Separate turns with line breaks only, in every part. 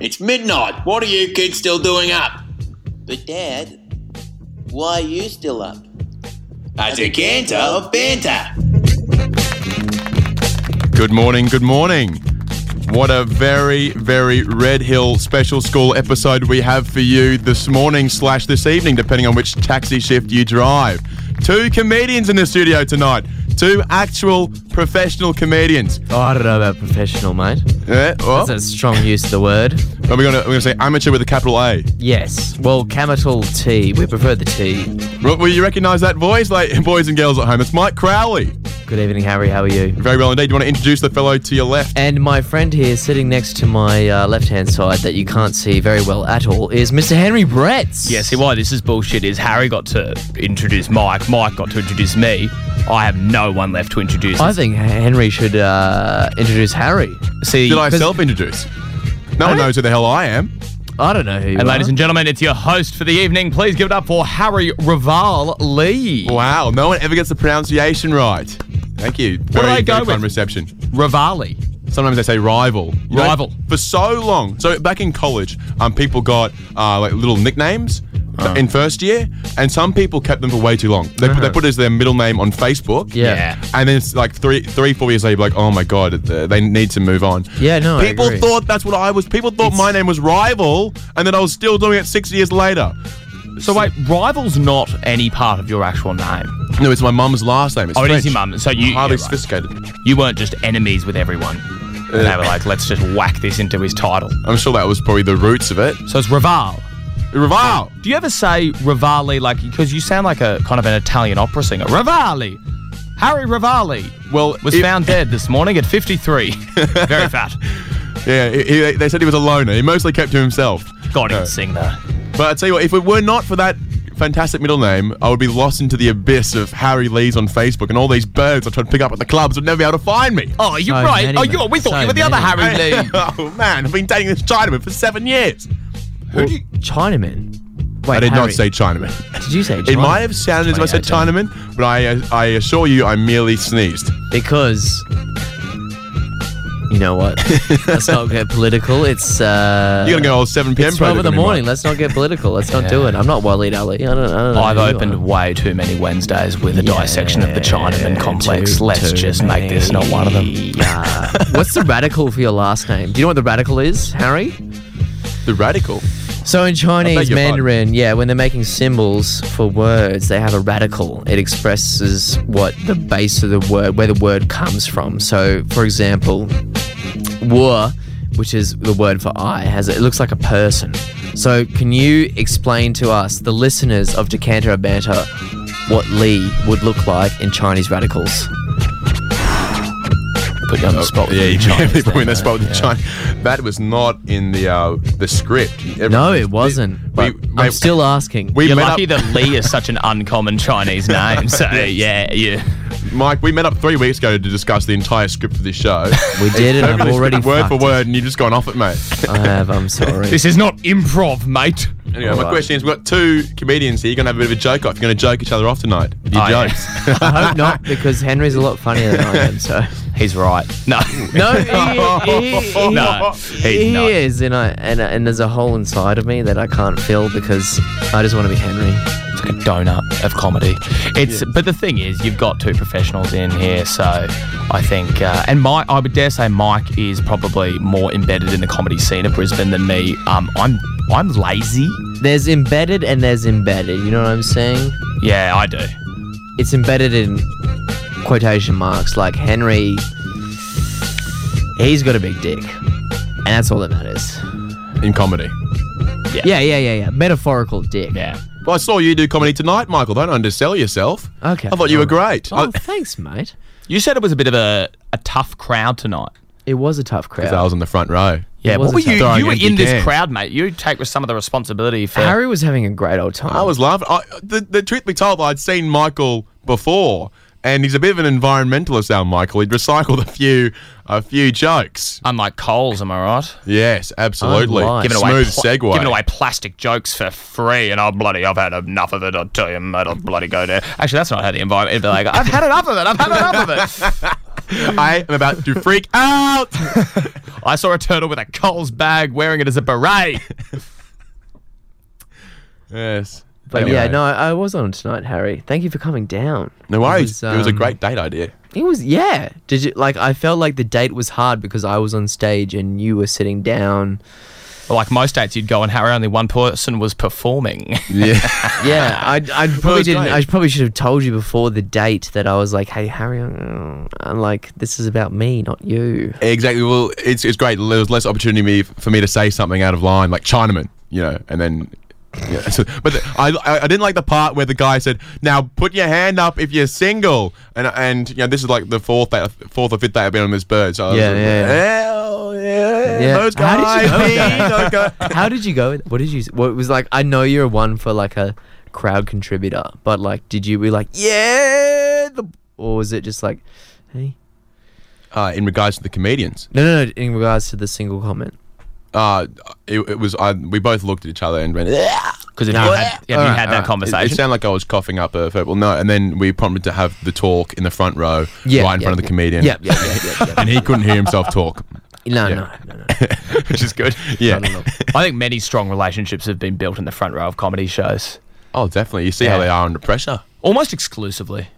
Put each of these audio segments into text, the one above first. It's midnight. What are you kids still doing up?
But Dad, why are you still up?
A decanter of banter.
Good morning, good morning. What a very, very Red Hill special school episode we have for you this morning slash this evening, depending on which taxi shift you drive. Two comedians in the studio tonight. Two actual professional comedians.
Oh, I don't know about professional, mate.
Yeah, well,
That's a strong use of the word.
are we gonna, we're going to say amateur with a capital A.
Yes. Well, capital T. We prefer the T.
Ro- Will you recognise that voice, like, boys and girls at home? It's Mike Crowley.
Good evening, Harry. How are you?
Very well indeed. Do you want to introduce the fellow to your left?
And my friend here, sitting next to my uh, left-hand side, that you can't see very well at all, is Mr. Henry Bretts.
Yeah, see why this is bullshit is Harry got to introduce Mike, Mike got to introduce me. I have no one left to introduce.
I think Henry should uh, introduce Harry.
see,
Did I
'cause-
self introduce? No one knows who the hell I am.
I don't know who. You
And
are.
ladies and gentlemen, it's your host for the evening. Please give it up for Harry Rival Lee.
Wow, no one ever gets the pronunciation right. Thank you. Very,
do they go
very kind
with?
reception.
Rivali.
Sometimes they say rival. You know,
Rival.
for so long. So back in college, um, people got uh, like little nicknames
Uh-huh.
in first year, and some people kept them for way too long. They, put, they put it as their middle name on Facebook.
Yeah.
Yeah.
And then it's like three, three, four years later, you're like, oh my god, uh, they need to move on.
Yeah, no, I
People
agree.
thought that's what I was. People thought my name was rival, and then I was still doing it six years later.
So wait, Rival's not any part of your actual name.
No, it's my mum's last name. It's
Oh, it is
French.
your mum. So
Highly
you yeah, right.
sophisticated.
You weren't just enemies with everyone. And they were like, let's just whack this into his title.
I'm sure that was probably the roots of it.
So it's Rival.
Rival.
Do you ever say Rivali like because you sound like a kind of an Italian opera singer? Rivali, Harry Rivali.
Well,
was
it-
found dead this morning at 53. Very fat.
Yeah, he- he- they said he was a loner. He mostly kept to himself.
God, he
No.
can sing though.
But I tell you what, if it were not for that fantastic middle name, I would be lost into the abyss of Harry Lees on Facebook, and all these birds I try to pick up at the clubs would never be able to find me.
Oh, you're
So
right.
many,
oh,
mate.
you're, we thought
So
you were the other
many.
Harry Lee.
oh man, I've been dating this Chinaman for seven years.
Who do you- Chinaman. Wait,
I did
Harry,
not say Chinaman.
Did you say? Chinaman?
It might have sounded as if I said
2018.
Chinaman, but I, uh, I assure you, I merely sneezed.
because you know what? Let's not get political. It's uh,
You're gonna go all 7 p.m.
It's 12 in the
program,
morning. Let's not get political. Let's not do it. I'm not Waleed Ali. I don't, I don't know.
I've
who you
opened
are.
way too many Wednesdays with a dissection of the Chinaman
Yeah,
complex.
too-
Let's
too
just make this not one of them.
many. Yeah. What's the radical for your last name? Do you know what the radical is, Harry?
The radical.
So in Chinese
your pardon.
Mandarin, yeah, when they're making symbols for words, they have a radical. It expresses what the base of the word, where the word comes from. So, for example, "wu," which is the word for I, has it looks like a person. So, can you explain to us, the listeners of Decanter and Banter, what Li would look like in Chinese radicals?
Put you on the spot.
Oh, Yeah, you
Chinese
can't people
there,
in that
mate.
spot with the Chinese. That was not in the uh, the script.
No,
Everything-
it wasn't.
We,
but I'm
mate,
still asking.
we
You're
met
lucky
up,
that Lee is such an uncommon Chinese name. So yeah, yeah.
Mike. We met up three weeks ago to discuss the entire script for this show.
We did,
Perfectly
and I'm
scripted
already
word for
fucked.
word, and you've just gone off it, mate.
I have. I'm sorry.
This is not improv, mate.
Anyway, my
Alright.
question is: We've got two comedians here. You're gonna have a bit of a joke off. You're gonna joke each other off tonight. Your
Oh, yeah.
jokes.
I hope not, because Henry's a lot funnier than I am. So
He's right. No.
no, he, he, he,
No. He's
he
not.
is, and I and, and there's a hole inside of me that I can't fill because I just want to be Henry.
It's like a donut of comedy. It's but the thing is, you've got two professionals in here, so I think uh, and Mike, I would dare say Mike is probably more embedded in the comedy scene of Brisbane than me. Um, I'm I'm lazy.
There's embedded and there's embedded. You know what I'm saying?
Yeah, I do.
It's embedded in quotation marks. Like Henry, he's got a big dick, and that's all that matters.
in comedy.
Yeah, yeah, yeah, yeah. Metaphorical dick.
Yeah.
Well, I saw you do comedy tonight, Michael. Don't undersell yourself.
Okay.
I thought you were great.
Oh,
I,
thanks, mate.
You said it was a bit of a, a tough crowd tonight.
It was a tough
I
crowd.
was in the front row.
Yeah,
was
what were
a tough-
you?
Throwing
You were
empty
in this
cans.
crowd, mate. You take some of the responsibility for.
Harry was having a great old time.
I was laughing. I, the, the truth be told, I'd seen Michael before, and he's a bit of an environmentalist. Our Michael, he'd recycled a few, a few jokes.
Unlike Coles, am I right?
Yes, absolutely.
Unlike.
Giving away,
Smooth
pla-
segue.
Giving away plastic jokes for free, and oh bloody, I've had enough of it. I tell you, mate, I'll bloody go there. Actually, that's not how the environment. It'd be like, I've had enough of it. I've had enough of it.
I am about to freak out.
I saw a turtle with a Coles bag wearing it as a beret.
yes.
But
Anyway.
yeah, no, I I was on tonight, Harry. Thank you for coming down.
No worries. It
It
was,
was,
a
um,
great date idea.
It was yeah. Did you like? I felt like the date was hard because I was on stage and you were sitting down.
like most dates, you'd go and Harry only one person was performing.
Yeah.
Yeah, I, I
was
probably didn't.
great.
I probably should have told you before the date that I was like, "Hey, Harry, I'm I'm like this is about me, not you."
exactly. Well, it's, it's great. There was less opportunity me- for me to say something out of line, like Chinaman, you know, and then. Yeah. So, but the, I, I I didn't like the part where the guy said, "Now put your hand up if you're single," and and you know this is like the fourth day, fourth or fifth day I've been on this bird. So I was
Yeah,
like,
yeah,
Hell yeah,
Yeah.
those
How did you
guys,
know
me,
that?
those guys.
How did you go? with- What did you? What was like? I know you're one for like a crowd contributor, but like, did you be like, "Yeah," the, or was it just like, "Hey"?
Uh, in regards to the comedians,
No, no, no. In regards to the single comment.
uh, it, it was I, we both looked at each other and went, "Yeah."
Because if
No.
you had, if you
All right,
had
all right.
that
It- It,
conversation,
sounded like I was coughing up a verbal. No, and then we prompted to have the talk in the front row,
Yeah,
right in
yeah,
front of the
yeah.
comedian.
Yeah, yeah, yeah, yeah, yeah.
And he couldn't hear himself talk,
No,
Yeah.
no, no, no,
which is good. Yeah.
no, no.
I think many strong relationships have been built in the front row of comedy shows,
Oh, definitely. You see how
Yeah.
they are under pressure.
almost exclusively.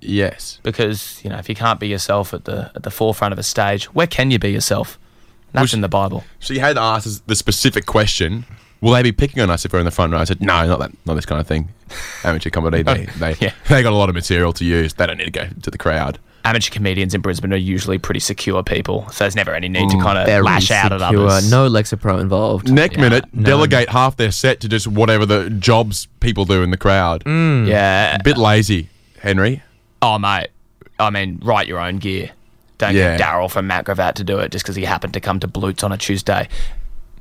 Yes.
Because you know, if you can't be yourself at the at the forefront of a stage, where can you be yourself? That's in the Bible.
She had asked us the specific question. Will they be picking on us if we're in the front row? I said, no, not that, not this kind of thing. Amateur comedy, they, they,
Yeah.
they got a lot of material to use. They don't need to go to the crowd.
Amateur comedians in Brisbane are usually pretty secure people, so there's never any need to kind
Mm, Very
of lash out at
secure.
others.
No Lexapro involved.
Neck minute,
no.
delegate half their set to just whatever the jobs people do in the crowd.
Mm. yeah.
A bit lazy, Henry.
Oh mate, I mean, write your own gear. Don't
Yeah.
get Daryl from Macrovat to do it just because he happened to come to Blutes on a Tuesday.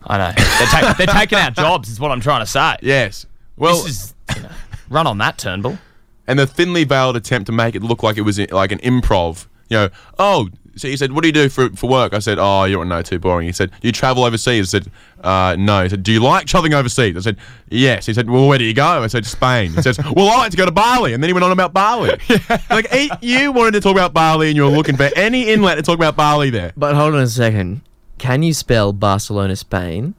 I know they're, ta- they're taking our jobs. Is what I'm trying to say.
Yes. Well,
This is you know, run on that Turnbull.
and the thinly veiled attempt to make it look like it was i- like an improv. You know, oh, so he said, what do you do for, for work? I said, oh, you don't know, too boring. He said, you travel overseas? I said, uh, no. He said, do you like traveling overseas? I said, yes. He said, well, where do you go? I said, Spain. He says, well, I like to go to Bali. And then he went on about Bali. Like, he, you wanted to talk about Bali and you were looking for any inlet to talk about Bali there.
But hold on a second. Can you spell Barcelona, Spain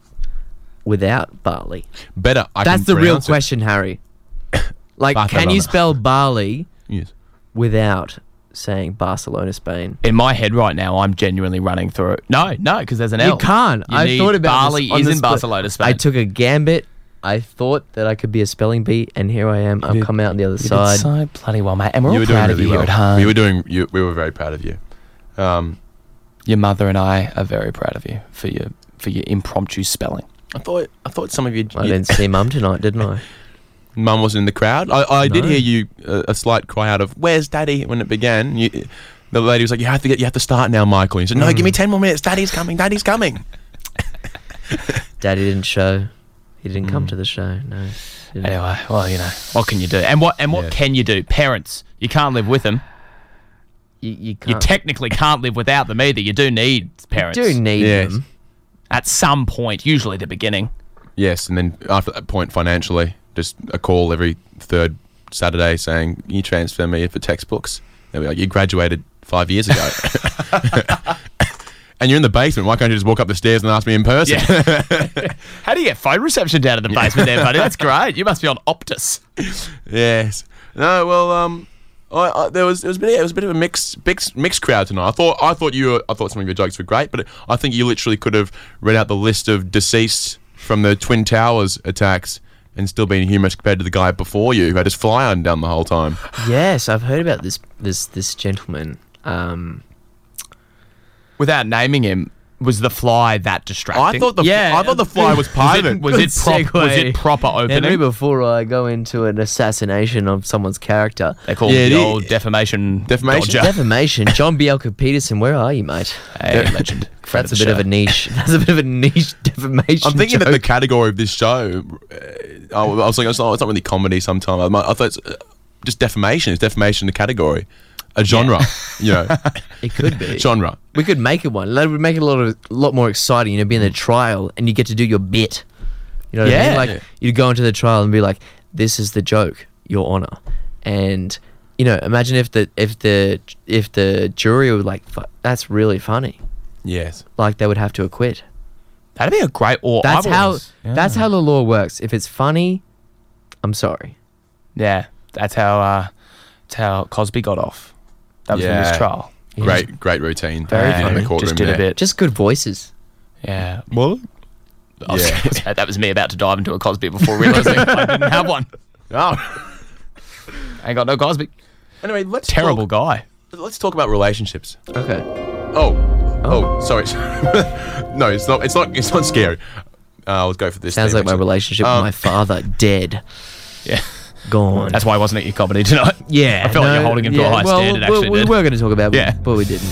without Bali?
Better. I
That's
can
the real
pronounce it.
question, Harry. Like, can
Barcelona.
you spell Bali
Yes.
without saying Barcelona, Spain?
In my head right now, I'm genuinely running through. it. No, no, because there's an L.
You can't.
You
I
need-
thought about
Bali
this on
is
the
in
split.
Barcelona, Spain.
I took a gambit. I thought that I could be a spelling bee, and here I am. I've come out on the other side.
It's so bloody well, mate, and we're
You
all
were doing
proud of
really
you
well.
here at home.
We were doing, you, we were very proud of you. Um,
your mother and I are very proud of you for your for your impromptu spelling.
I thought, I thought some of you,
I didn't see mum tonight, didn't I?
Mum wasn't in the crowd. I, I did
No.
hear you uh, a slight cry out of "Where's Daddy?" when it began. You, the lady was like, "You have to get, you have to start now, Michael." And you said, "No, give me ten more minutes. Daddy's coming. Daddy's coming."
Daddy didn't show. He didn't come to the show. No. didn't.
Anyway, well, you know, what can you do? And what and what
Yeah.
can you do? Parents, you can't live with them.
You, you can't.
You technically can't live without them either. You do need parents
do need
Yes.
them.
at some point, usually the beginning.
Yes, and then after that point, financially, just a call every third Saturday saying, "Can you transfer me for textbooks?" They'll be like, "You graduated five years ago." And you're in the basement. Why can't you just walk up the stairs and ask me in person?
How do you get phone reception down in the basement there, buddy? That's great. You must be on Optus.
Yes. No. Well, um, I, I, there was it was a bit it was a bit of a mixed mixed mixed crowd tonight. I thought I thought you were, I thought some of your jokes were great, but I think you literally could have read out the list of deceased from the Twin Towers attacks and still been humorous compared to the guy before you who had his fly on down the whole time.
Yes, I've heard about this this this gentleman. Um,
Without naming him, was the fly that
I
distracting?
thought the
Yeah.
I thought the fly was
was
part of
it,
it.
was it,
Good
prop, was
segue.
it proper opening?
Henry, before I go into an assassination of someone's character,
they call
Yeah,
it
it
the
is.
old defamation.
Defamation?
Dodger.
defamation. John Bielka Peterson, where are you, mate?
hey, legend. Friend
That's a
the
bit of
show.
a niche. That's a bit of a niche defamation.
I'm thinking that
joke.
the category of this show, uh, I I was like, oh, it's not really comedy. Sometimes I, might- I thought it's uh, just defamation. Is defamation the category, a genre? You know,
it could be.
genre.
we could make it one. That would make it a lot of lot more exciting. You know, being the trial and you get to do your bit. You know what I
Yeah.
mean? Like you'd go into the trial and be like, "This is the joke, Your Honor," and you know, imagine if the if the if the jury were like, "Fu- "That's really funny,"
Yes.
like they would have to acquit.
That'd be a great or
That's
I've
how
always- yeah.
that's how the law works. If it's funny, I'm sorry.
yeah. That's how uh, that's how Cosby got off. That was
Yeah.
the mistrial.
Great, great routine.
Very
in
funny.
the courtroom
Just did
there.
a bit.
Just good voices.
Yeah.
Well,
I was
Yeah.
gonna say, that was me about to dive into a Cosby before realizing I didn't have one.
oh.
I ain't got no Cosby.
anyway, let's
Terrible
Talk,
guy.
let's talk about relationships.
Okay.
Oh, oh, sorry. no, it's not. It's not. It's not scary. Uh, I'll go for this.
Sounds
theme,
like my
actually.
relationship
Um,
with my father. Dead.
Yeah.
Gone.
That's why I wasn't at your comedy tonight.
yeah.
I feel like you're holding him to a high
well,
standard,
well,
actually,
we
dude.
were going to talk about it,
Yeah.
but we didn't.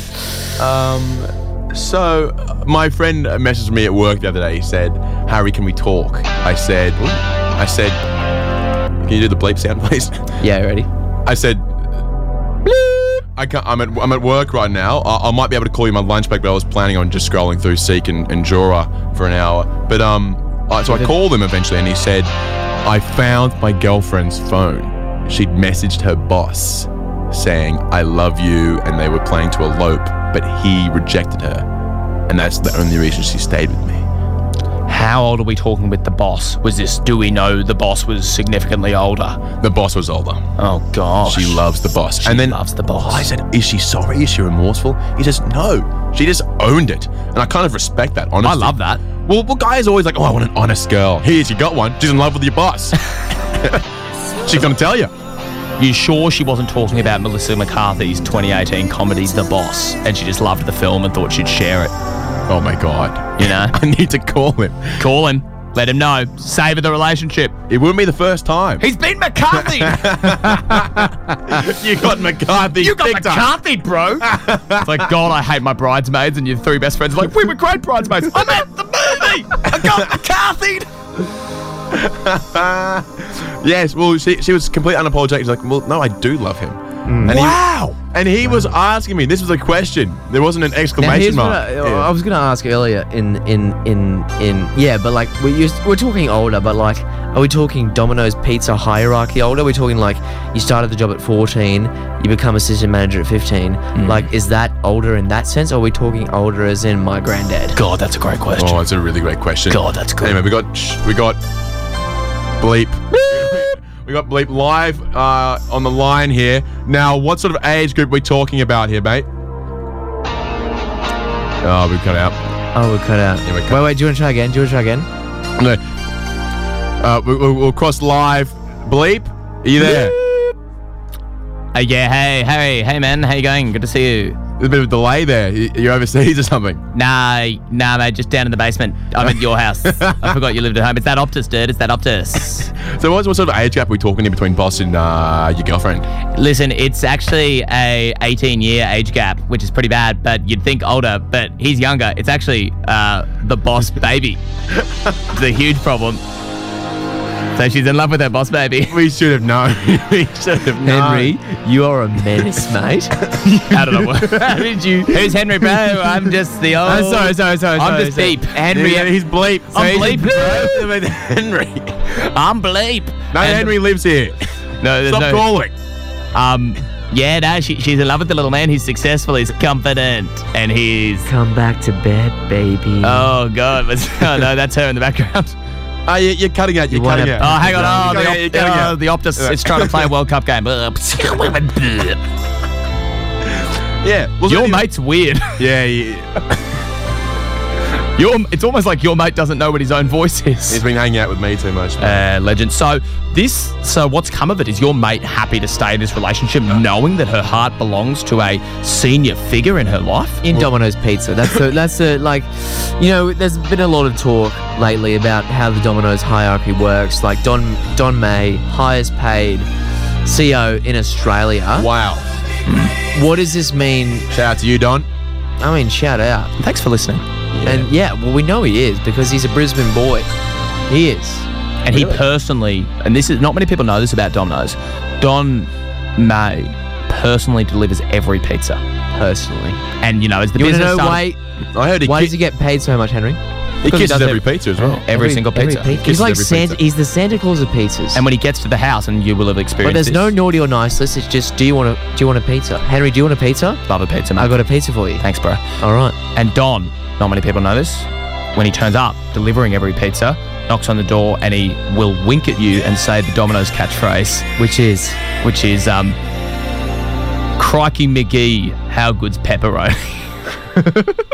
So, uh, my friend messaged me at work the other day. He said, "Harry, can we talk?" I said, "I said, can you do the bleep sound, please?"
Yeah, ready?
I said, "Bleep." I can't, I'm at I'm at work right now. I, I might be able to call you my lunch break, but I was planning on just scrolling through Seek and, and Jura for an hour. But um, I, so I called him eventually, and he said, "I found my girlfriend's phone. She'd messaged her boss saying I love you, and they were planning to elope, but he rejected her, and that's the only reason she stayed with me."
How old are we talking with the boss? Was this, do we know the boss was significantly older?
The boss was older.
Oh, gosh.
She loves the boss.
She
and then
loves the boss.
I said, "Is she sorry? Is she remorseful?" He says, "No." She just owned it, and I kind of respect that. Honestly,
I love that.
Well, well, guys are always like, "Oh, I want an honest girl." Here, she got one. She's in love with your boss. She's gonna tell you.
You sure she wasn't talking about Melissa McCarthy's 2018 comedy, The Boss, and she just loved the film and thought she'd share it?
Oh my god,
You know?
I need to call him.
Call him. Let him know. Savor the relationship.
It wouldn't be the first time.
He's been McCarthy.
you got McCarthy.
you got
big time.
McCarthy, bro. it's like, God, I hate my bridesmaids. And your three best friends are like, we were great bridesmaids. I'm at the movie. I got McCarthy.
Yes, well, she, she was completely unapologetic. She's like, well, no, I do love him. And wow! He, and he was asking me. This was a question. There wasn't an
Now,
exclamation
here's what
mark.
I,
Yeah.
I was going to ask earlier in in in in yeah, but like we used, we're talking older, but like are we talking Domino's pizza hierarchy older? We're talking like you started the job at 14, you become assistant manager at 15.
Mm.
Like is that older in that sense? Or are we talking older as in my granddad?
God, that's a great question.
Oh, that's a really great question.
God, that's good.
Anyway, we got sh- we got bleep. we got bleep live uh, on the line here. Now, what sort of age group we talking about here, mate? Oh, we cut out.
Oh, we cut out.
we cut.
Wait, wait, do you want to try again? Do you want to try again?
No. Uh, we, we, we'll cross live. Bleep, are you there?
Uh, yeah, hey, hey, hey, man. How you going? Good to see you.
There's a bit of a delay there. You- You're overseas or something.
Nah, nah, mate. Just down in the basement. I'm at your house. I forgot you lived at home. It's that Optus, dude. It's that Optus.
So, what, what sort of age gap are we talking in between boss and uh, your girlfriend?
Listen, it's actually a 18 year age gap, which is pretty bad, but you'd think older, but he's younger. It's actually uh, the boss baby. it's a huge problem. So she's in love with her boss baby.
We should have known. we should have known.
Henry, you are a menace, mate.
How did I work? How did you? Who's Henry, bro? I'm just the old.
Oh,
I'm Oh, sorry, sorry, sorry.
Oh, I'm
sorry,
just
sorry.
beep. Henry,
Yeah, he's bleep.
I'm
So he's-
bleep.
Henry.
I'm bleep.
No,
And-
Henry lives here.
No, there's
Stop
no,
calling.
Um, yeah, no, she, she's in love with the little man. He's successful, he's confident, and he's.
Come back to bed, baby.
Oh, God. but- Oh, no, that's her in the background.
Oh, you, you're cutting out. You're
You wanna-
cutting
Oh,
out.
hang on.
You
Oh, the,
gotta get- you gotta
Op-
get-
oh, the Optus is trying to play a World Cup game.
yeah. Well, so
Your
anyway-
mate's weird.
Yeah, yeah.
Your, it's almost like your mate doesn't know what his own voice
He's
is.
been hanging out with me too much.
Uh, legend. So this, so what's come of it? Is your mate happy to stay in this relationship, knowing that her heart belongs to a senior figure in her life?
in Domino's Pizza. That's the, that's the, like, you know, there's been a lot of talk lately about how the Domino's hierarchy works. Like Don Don May, highest paid CEO in Australia.
wow.
What does this mean?
Shout out to you, Don.
I mean, shout out.
Thanks for listening.
And yeah, well, we know he is because he's a Brisbane boy. He is.
And he personally, and this is not many people know this about Domino's. Don May personally delivers every pizza,
Personally,
and you know, as the
you want to
business
know
started-
why?
I heard he
Why
ki-
does he get paid so much, Henry?
He
Because he
kisses
does Uh,
every
every-
pizza as well.
every single pizza.
He's
Kisses
like
every
Santa,
pizza.
he's the Santa Claus of pizzas.
And when he gets to the house, and you will have experienced.
but there's
this.
no naughty or nice list. It's just do you want a do you want a pizza? Henry, do you want a pizza?
love a pizza. Man.
I got a pizza for you.
Thanks, bro.
All right.
And Don, not many people know this, when he turns up delivering every pizza, knocks on the door and he will wink at you and say the Domino's catchphrase,
Which is
which is um, "Crikey McGee, how good's pepperoni."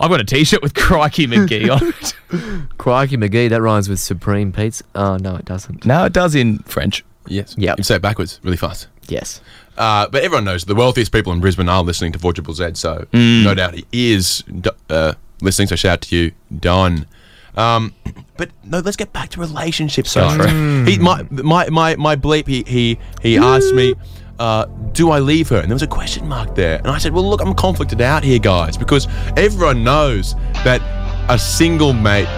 I've got a T-shirt with "Crikey McGee" on it.
Crikey McGee. That rhymes with Supreme Pizza. Oh no, it doesn't.
No, it does in French.
Yes.
Yep.
You say it backwards really fast.
Yes.
Uh, but everyone knows the wealthiest people in Brisbane are listening to 4 Triple Z, so
Mm.
no doubt he is d- uh, listening. So shout out to you, Don. Um, but no, let's get back to relationships. So He, my, my, my, my bleep, he, he, he
Mm.
asked me, uh, do I leave her? And there was a question mark there. And I said, well, look, I'm conflicted out here, guys, because everyone knows that a single mate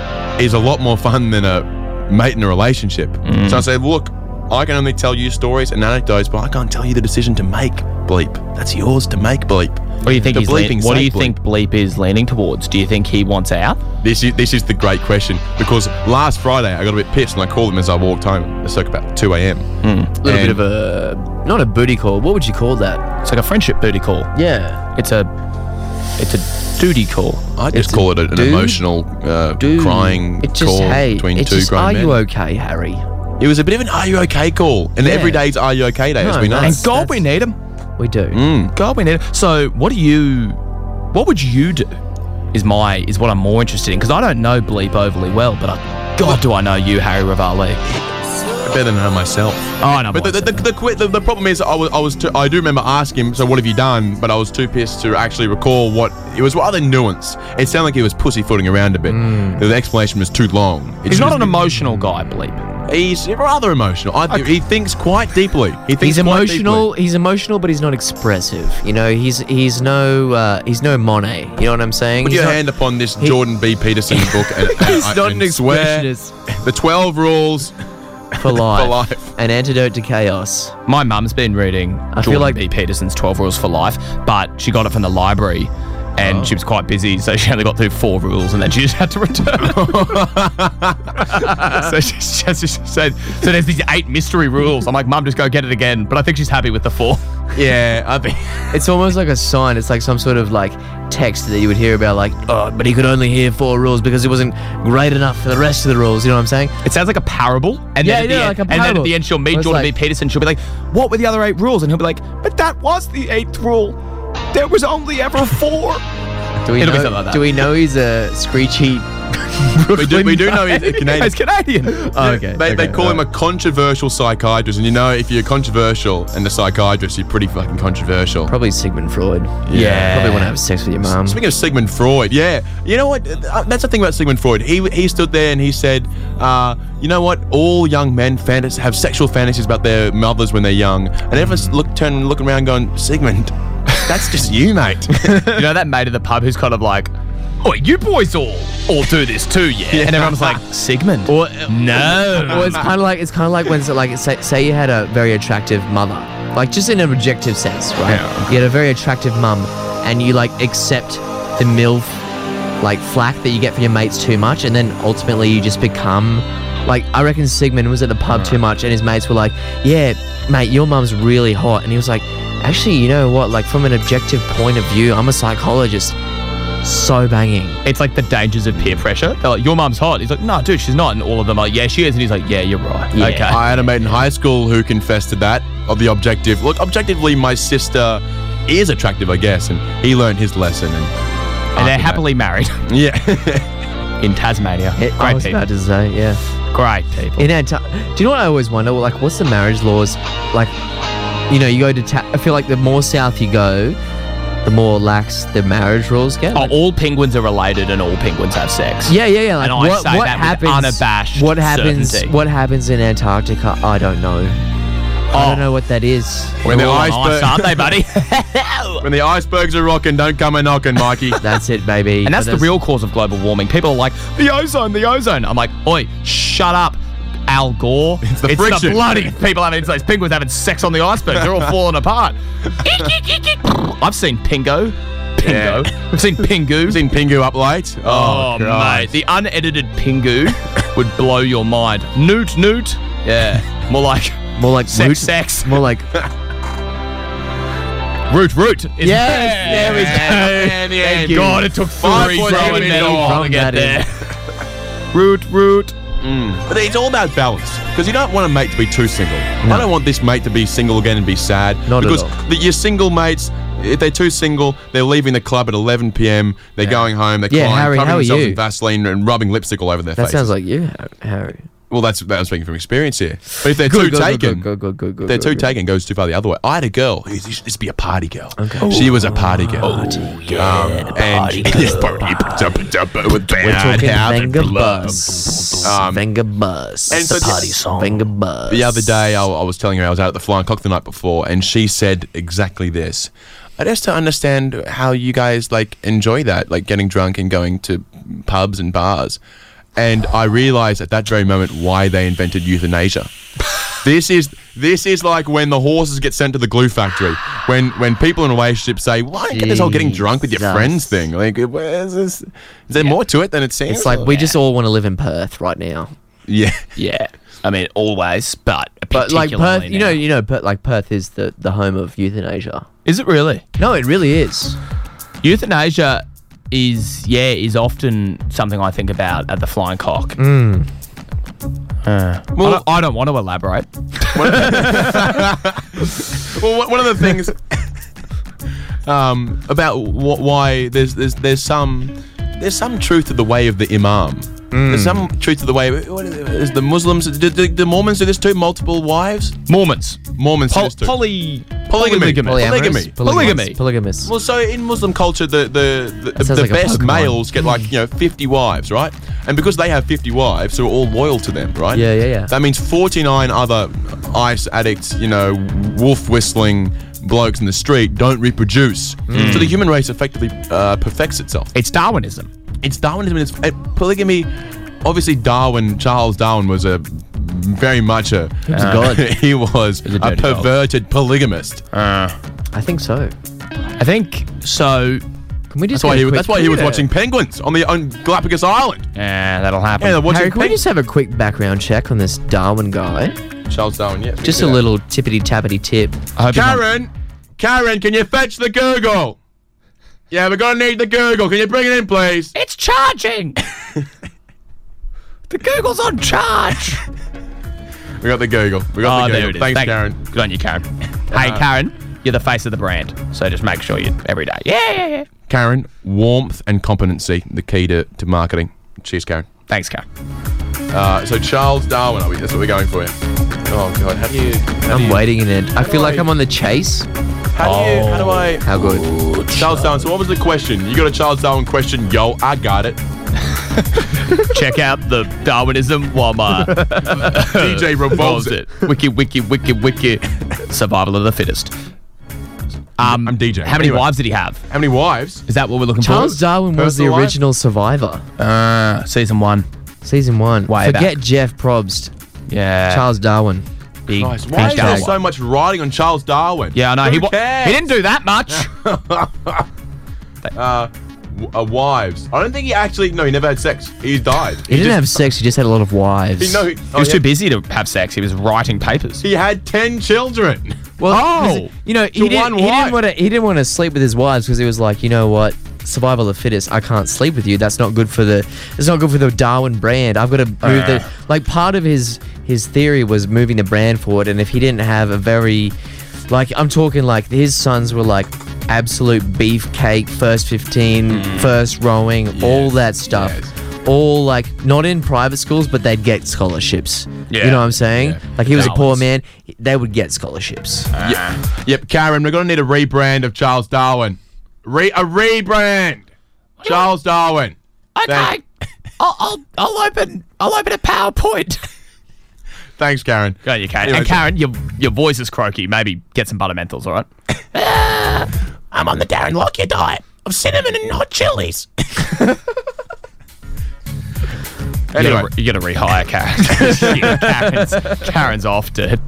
is a lot more fun than a mate in a relationship.
Mm.
So I said, look, I can only tell you stories and anecdotes, but I can't tell you the decision to make bleep. That's yours to make bleep.
What do you think?
The
He's lean-
bleeping's
what do
like
you
bleep.
think Bleep is leaning towards? Do you think he wants out?
This is this is the great question because last Friday I got a bit pissed and I called him as I walked home. It's like about two a.m.
A little bit of a not a booty call. What would you call that?
It's like a friendship booty call.
Yeah.
It's a, it's a duty call.
I just
It's
call it an
dude,
emotional uh,
Dude,
crying
It's just
call
hey.
between
it's
two
just,
grown
are
men.
you okay, Harry?
It was a bit of an "Are you okay?" call, and every day's "Are you okay?" day, as
No,
we know.
that's-
And God, we need him.
We do.
God, we need it. So, what do you? What would you do? Is my is what I'm more interested in because I don't know Bleep overly well, but I, God, do I know you, Harry Rivali?
Better than I myself.
Oh, no,
But the, the, the, the, the, the problem is, I was, I was too, I do remember asking him, so what have you done? But I was too pissed to actually recall what it was. Rather nuanced, it sounded like he was pussyfooting around a bit.
Hmm.
The explanation was too long. It
he's
should
not
just
an
be-
emotional guy, Bleep.
He's rather emotional. I, He thinks quite deeply. He thinks
He's
quite
emotional. He's emotional, but he's not expressive. You know, he's he's no uh, he's no Monet. You know what I'm saying?
Put
He's
your
not-
hand upon this Jordan B. Peterson book and, and,
He's
I-
not
and
an
swear
expressionist.
the twelve rules.
for life.
life.
An antidote to chaos.
My mum's been reading I
feel
Jordan
like-
B. Peterson's Twelve Rules for Life, but she got it from the library. And
Oh.
she was quite busy, so she only got through four rules, and then she just had to return. so she, she, she said, "So there's these eight mystery rules." I'm like, "Mum, just go get it again." But I think she's happy with the four.
Yeah, I think.
It's almost like a sign. It's like some sort of like text that you would hear about, like, oh, but he could only hear four rules because he wasn't great enough for the rest of the rules. You know what I'm saying?
It sounds like a parable. And
Yeah,
then at
yeah,
the
like
end,
a
And then
parable.
at the end, she'll meet
Where it's
Jordan
like-
B. Peterson. She'll be like, What were the other eight rules? And he'll be like, But that was the eighth rule. There was only ever four.
Do we
It'll be
know?
something like that.
Do we know he's a screechy?
we, do, we do know he's a Canadian.
It's Canadian.
Oh, okay.
They, they
okay,
call him a
alright.
controversial psychiatrist, and you know if you're controversial and a psychiatrist, you're pretty fucking controversial.
probably Sigmund Freud.
Yeah.
Probably want to have sex with your mum.
Speaking of Sigmund Freud, yeah, you know what? Uh, That's the thing about Sigmund Freud. He he stood there and he said, uh, you know what? All young men fantas- have sexual fantasies about their mothers when they're young, and everyone's look turn and look around going, Sigmund, that's just you, mate.
you know that mate of the pub who's kind of like, Oh, you boys all all do this too, yeah? And everyone's like, Sigmund. Or, no. Oh.
Well, it's kind of like it's kind of like when it's like say, say you had a very attractive mother, like just in an objective sense, right?
Yeah.
You had a very attractive mum, and you like accept the milf like flack that you get from your mates too much, and then ultimately you just become like I reckon Sigmund was at the pub too much, and his mates were like, "Yeah, mate, your mum's really hot," and he was like, "Actually, you know what? Like from an objective point of view, I'm a psychologist." So banging.
it's like the dangers of peer pressure. They're like, Your mum's hot. He's like, No, dude, she's not. And all of them are, Yeah, she is. And he's like, Yeah, you're right.
Yeah.
Okay.
I had a mate in high school who confessed to that of the objective. Look, objectively, my sister is attractive, I guess, and he learned his lesson. And
and they're
Okay.
happily married
yeah,
in Tasmania.
I
Great
was
people.
about to say, yeah.
Great people.
In Anta- do you know what I always wonder? Well, like, what's the marriage laws? Like, you know, you go to. Ta- I feel like the more south you go, the more lax the marriage rules get.
Oh,
Like-
all penguins are related and all penguins have sex.
yeah, yeah, yeah. Like,
And I
what,
say
what
that with
happens?
unabashed
what happens?
certainty.
What happens in Antarctica? I don't know. I
Oh.
don't know what that is.
when the
They're all on
iceberg
ice, aren't they, buddy?
when the icebergs are rocking, don't come a knocking, Mikey.
That's it, baby.
and that's
But
the
there's-
real cause of global warming. People are like, the ozone, the ozone. I'm like, oi, shut up. Al Gore. It's
the friction.
bloody people having it's those penguins having sex on the iceberg. They're all falling apart. I've seen Pingo. Pingo. We've seen Pingu.
Seen Pingu up late.
Oh, mate,
Christ.
the unedited Pingu would blow your mind. Newt, Newt. Yeah, more like
More like
sex,
root-
sex.
More like
Root, root. Yes,
there we go.
Yeah,
Thank you.
God, it took three
5.8
throwing
minutes
medals
from
to
that
get there.
in.
root, root.
But it's all about balance because you don't want a mate to be too single. I don't want this mate to be single again and be sad.
Not at
because
all.
The, your single mates, if they're too single, they're leaving the club at 11 p.m. They're going home. They're
Yeah,
crying,
Harry,
covering
how are
themselves in
you?
Vaseline and rubbing lipstick all over their
that
face.
sounds like you, Har- Harry.
well, that's that I'm speaking from experience here. But if they're too
good,
taken,
Good, good, good, good, good,
they're too
good, good.
taken. Goes too far the other way. I had a girl. who used- Used to be a party girl. She was a party girl. Oh, yeah, party and Yes, party, with
We're talking
bad
Venga
blood.
Bus.
Um,
Venga Bus.
and so the-
Venga Bus.
The other day, I, I was telling her I was out at the Flying Cock the night before, and she said exactly this. I just don't understand how you guys like enjoy that, like getting drunk and going to pubs and bars. And I realised at that very moment why they invented euthanasia. This is this is like when the horses get sent to the glue factory. When when people in relationships say, "Why don't you get this whole getting drunk with your
Jesus.
friends thing?" Like, where's this? Is there more to it than it seems?
It's like we just all want to live in Perth right now.
yeah.
Yeah, I mean always, but
But like
particularly
Perth, you
now.
know, you know, Perth, like Perth is the, the home of euthanasia.
is it really?
No, it really is.
Euthanasia is yeah is often something I think about at the Flying Cock. Uh, I don't, I don't want to elaborate.
well, one- one of the things um, about wh- why there's, there's there's some there's some truth to the way of the imam. There's some truth to the way. What is, is the Muslims? Do, do, do Mormons do this too? Multiple wives?
Mormons,
Mormons do
Pol-
this too.
poly
Polygamy.
Polyamorous?
polygamy.
Polygamy.
Polygamy.
Polygamous. Polygamous.
well, so in Muslim culture, the the, the,
sounds
the
like a
best
Pokemon.
males get like you know 50 wives, right? And because they have 50 wives, who are all loyal to them, right?
Yeah, yeah, yeah.
That means 49 other ice addicts, you know, wolf whistling blokes in the street don't reproduce. So the human race effectively uh, perfects itself.
It's Darwinism.
It's Darwinism. It's uh, polygamy. Obviously, Darwin, Charles Darwin, was a very much a, uh,
was a god.
he was
a
a,
dirty dog.
perverted polygamist.
I think so.
I think so.
Can we just?
That's why
get a
he was,
quick-
that's why he was
Yeah.
watching penguins on the on Galapagos Island.
Yeah, that'll happen.
Yeah, they're watching
Harry, can we
penguins.
just have a quick background check on this Darwin guy?
Charles Darwin, yeah.
Just a little tippity tappity tip.
I hope he's not-
Karen, Karen, can you fetch the Google? Yeah, we're gonna need the Google. Can you bring it in, please?
It's charging. the Google's on charge.
We got the Google. We got
Oh,
the
there
Google.
it is.
Thanks,
Thank-
Karen.
Good on you, Karen. Uh, hey, Karen, you're the face of the brand, so just make sure you every day. Yeah, yeah, yeah.
Karen, warmth and competency, the key to, to marketing. Cheers, Karen.
Thanks, Karen.
Uh, so Charles Darwin, are we, that's what we're going for here. Oh God, how do you? How do
I'm
you,
waiting in it. I feel like
I-
I'm on the chase.
How do you? How do I?
How good?
Charles Darwin. So what was the question? You got a Charles Darwin question? Yo, I got it.
Check out the Darwinism Walmart.
DJ revolves it.
Wiki, wiki, wiki, wiki. Survival of the fittest. Um,
I'm DJ.
How many
Anyway.
wives did he have?
How many wives?
Is that what we're looking
Charles Darwin was the
Personal life?
original survivor.
for? Uh, season one.
Season one.
Way
Forget
back.
Jeff Probst.
Yeah.
Charles Darwin.
Big
Guys, why is there
hashtag.
so much writing on Charles Darwin?
Yeah, I know.
Who
He, wa-
cares?
he didn't do that much.
W- uh, wives. I don't think he actually. No, he never had sex. He died.
He didn't have sex. He just had a lot of wives.
He, no, he,
he was
oh,
too
yeah.
busy to have sex. He was writing papers.
He had ten children.
Well,
Oh!
'cause, you know,
To
he didn't,
one
he
wife.
didn't want to. He didn't want to sleep with his wives because he was like, you know what, survival of the fittest. I can't sleep with you. That's not good for the. It's not good for the Darwin brand. I've got to move
Oh,
the. Like part of his his theory was moving the brand forward, and if he didn't have a very, like I'm talking like his sons were like absolute beefcake, first 15, first rowing, all that stuff.
Hmm. Yes.
All like not in private schools, but they'd get scholarships.
Yeah.
You know what I'm saying?
Yeah.
Like he was a poor
Balance.
man, they would get scholarships.
Yep. yep, Karen, we're gonna need a rebrand of Charles Darwin. Re a rebrand. Charles Darwin.
Okay. I'll, I'll, I'll open I'll open a PowerPoint.
Thanks, Karen.
Go you Karen.
Anyway,
and Karen, your your voice is croaky. Maybe get some buttermentals, all right?
Ah, I'm on the Darren Lockyer diet of cinnamon and hot chilies.
You
anyway,
gotta, re- you gotta rehire Karen. Shit, Karen's, Karen's off, dude.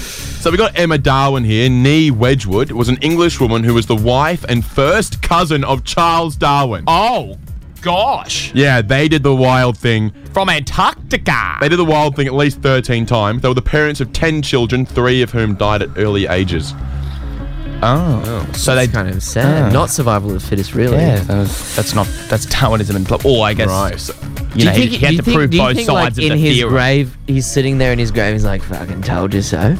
So we got Emma Darwin here. Nee Wedgwood was an English woman who was the wife and first cousin of Charles Darwin.
Oh, gosh.
Yeah, they did the wild thing.
From Antarctica.
They did the wild thing at least 13 times. They were the parents of 10 children, three of whom died at early ages.
Oh. So they
That's kind of sad.
Ah.
Not survival of the fittest, really.
Yeah, that was- that's not that's Darwinism and or I guess
Right. So,
you know you, you have to prove
do you
both
think,
sides
like,
of
in
the
his
theory.
grave, he's sitting there in his grave. He's like, "Fucking told you so.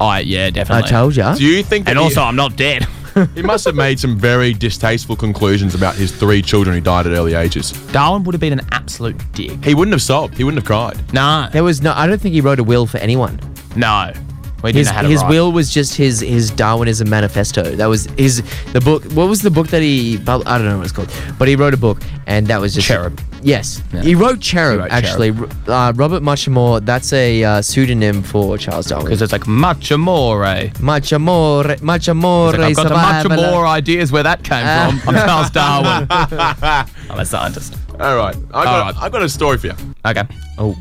I yeah,
I
definitely.
told you."
do you think that
and
he-
also I'm not dead.
he, must have made some very distasteful conclusions about his three children who died at early ages?
Darwin would have been an absolute dick.
He wouldn't have sobbed. He wouldn't have cried.
No,
there was no. I don't think he wrote a will for anyone.
no, we didn't
His
know how to
his
write.
will was just his his Darwinism manifesto. That was his the book. What was the book that he? pub- I don't know what it's called. But he wrote a book, and that was just
Cherub.
yes, he wrote Cherub.
wrote
actually, R- Uh, Robert Muchamore. That's a uh, pseudonym for Charles Darwin.
because it's like much amore. It's
Muchamore, Muchamore,
Like, I've got
survival-
the much more ideas where that came
Ah.
from. I'm Charles Darwin. I'm a scientist.
All right. I got,
right.
I got a story for you.
Okay.
Oh,